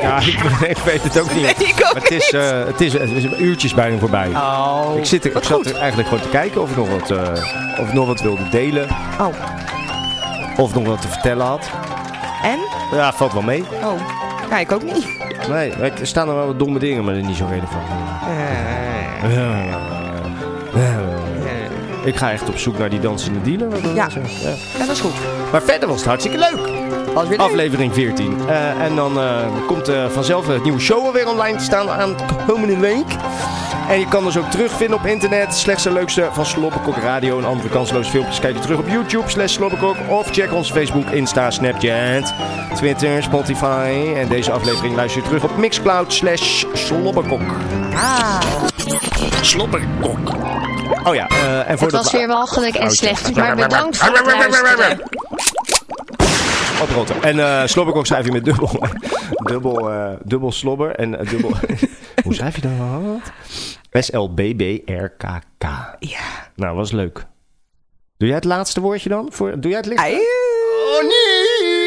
[SPEAKER 1] Ja, ik, ik weet het ook niet.
[SPEAKER 6] Nee, ik ook
[SPEAKER 1] Maar het is, eh, het is, het is een uurtjes bijna voorbij.
[SPEAKER 6] Oh,
[SPEAKER 1] ik zit er, ik
[SPEAKER 6] wat
[SPEAKER 1] zat
[SPEAKER 6] goed.
[SPEAKER 1] er eigenlijk gewoon te kijken of ik nog wat, eh, of ik nog wat wilde delen.
[SPEAKER 3] Oh.
[SPEAKER 1] Of ik nog wat te vertellen had.
[SPEAKER 3] En?
[SPEAKER 1] Ja, valt wel mee.
[SPEAKER 3] Oh, ja, ik ook niet.
[SPEAKER 1] Nee, er staan er wel wat domme dingen, maar dat is niet zo relevant. Ik ga echt op zoek naar die dansende dealer. wat dat
[SPEAKER 3] Ja.
[SPEAKER 1] is, eh, ja.
[SPEAKER 3] Ja, dat is goed.
[SPEAKER 1] Maar verder was het hartstikke leuk. Aflevering 14. Eh, en dan eh, komt eh, vanzelf het nieuwe show alweer online te staan aan de komende week. En je kan dus ook terugvinden op internet. Slechts de leukste van Slobberkok Radio en andere kansloze filmpjes. Kijk je terug op YouTube slash Slobberkok. Of check ons Facebook, Insta, Snapchat, Twitter, Spotify. En deze aflevering luister je terug op Mixcloud slash Slobberkok.
[SPEAKER 14] Ah.
[SPEAKER 1] Slobberkok. Oh ja, eh, en
[SPEAKER 14] Het
[SPEAKER 1] voordat
[SPEAKER 14] was
[SPEAKER 1] we-
[SPEAKER 14] weer walgelijk en
[SPEAKER 1] Oudje.
[SPEAKER 14] slecht, maar bedankt voor het luisteren.
[SPEAKER 1] Oprotten. En eh slobberkok schrijf je met dubbel. dubbel, eh, dubbel slobber en eh, dubbel. Hoe schrijf je dat? S-L-B-B-R-K-K.
[SPEAKER 3] Ja.
[SPEAKER 1] Nou, was leuk. Doe jij het laatste woordje dan? Voor, doe jij het licht?
[SPEAKER 6] Oh, nee!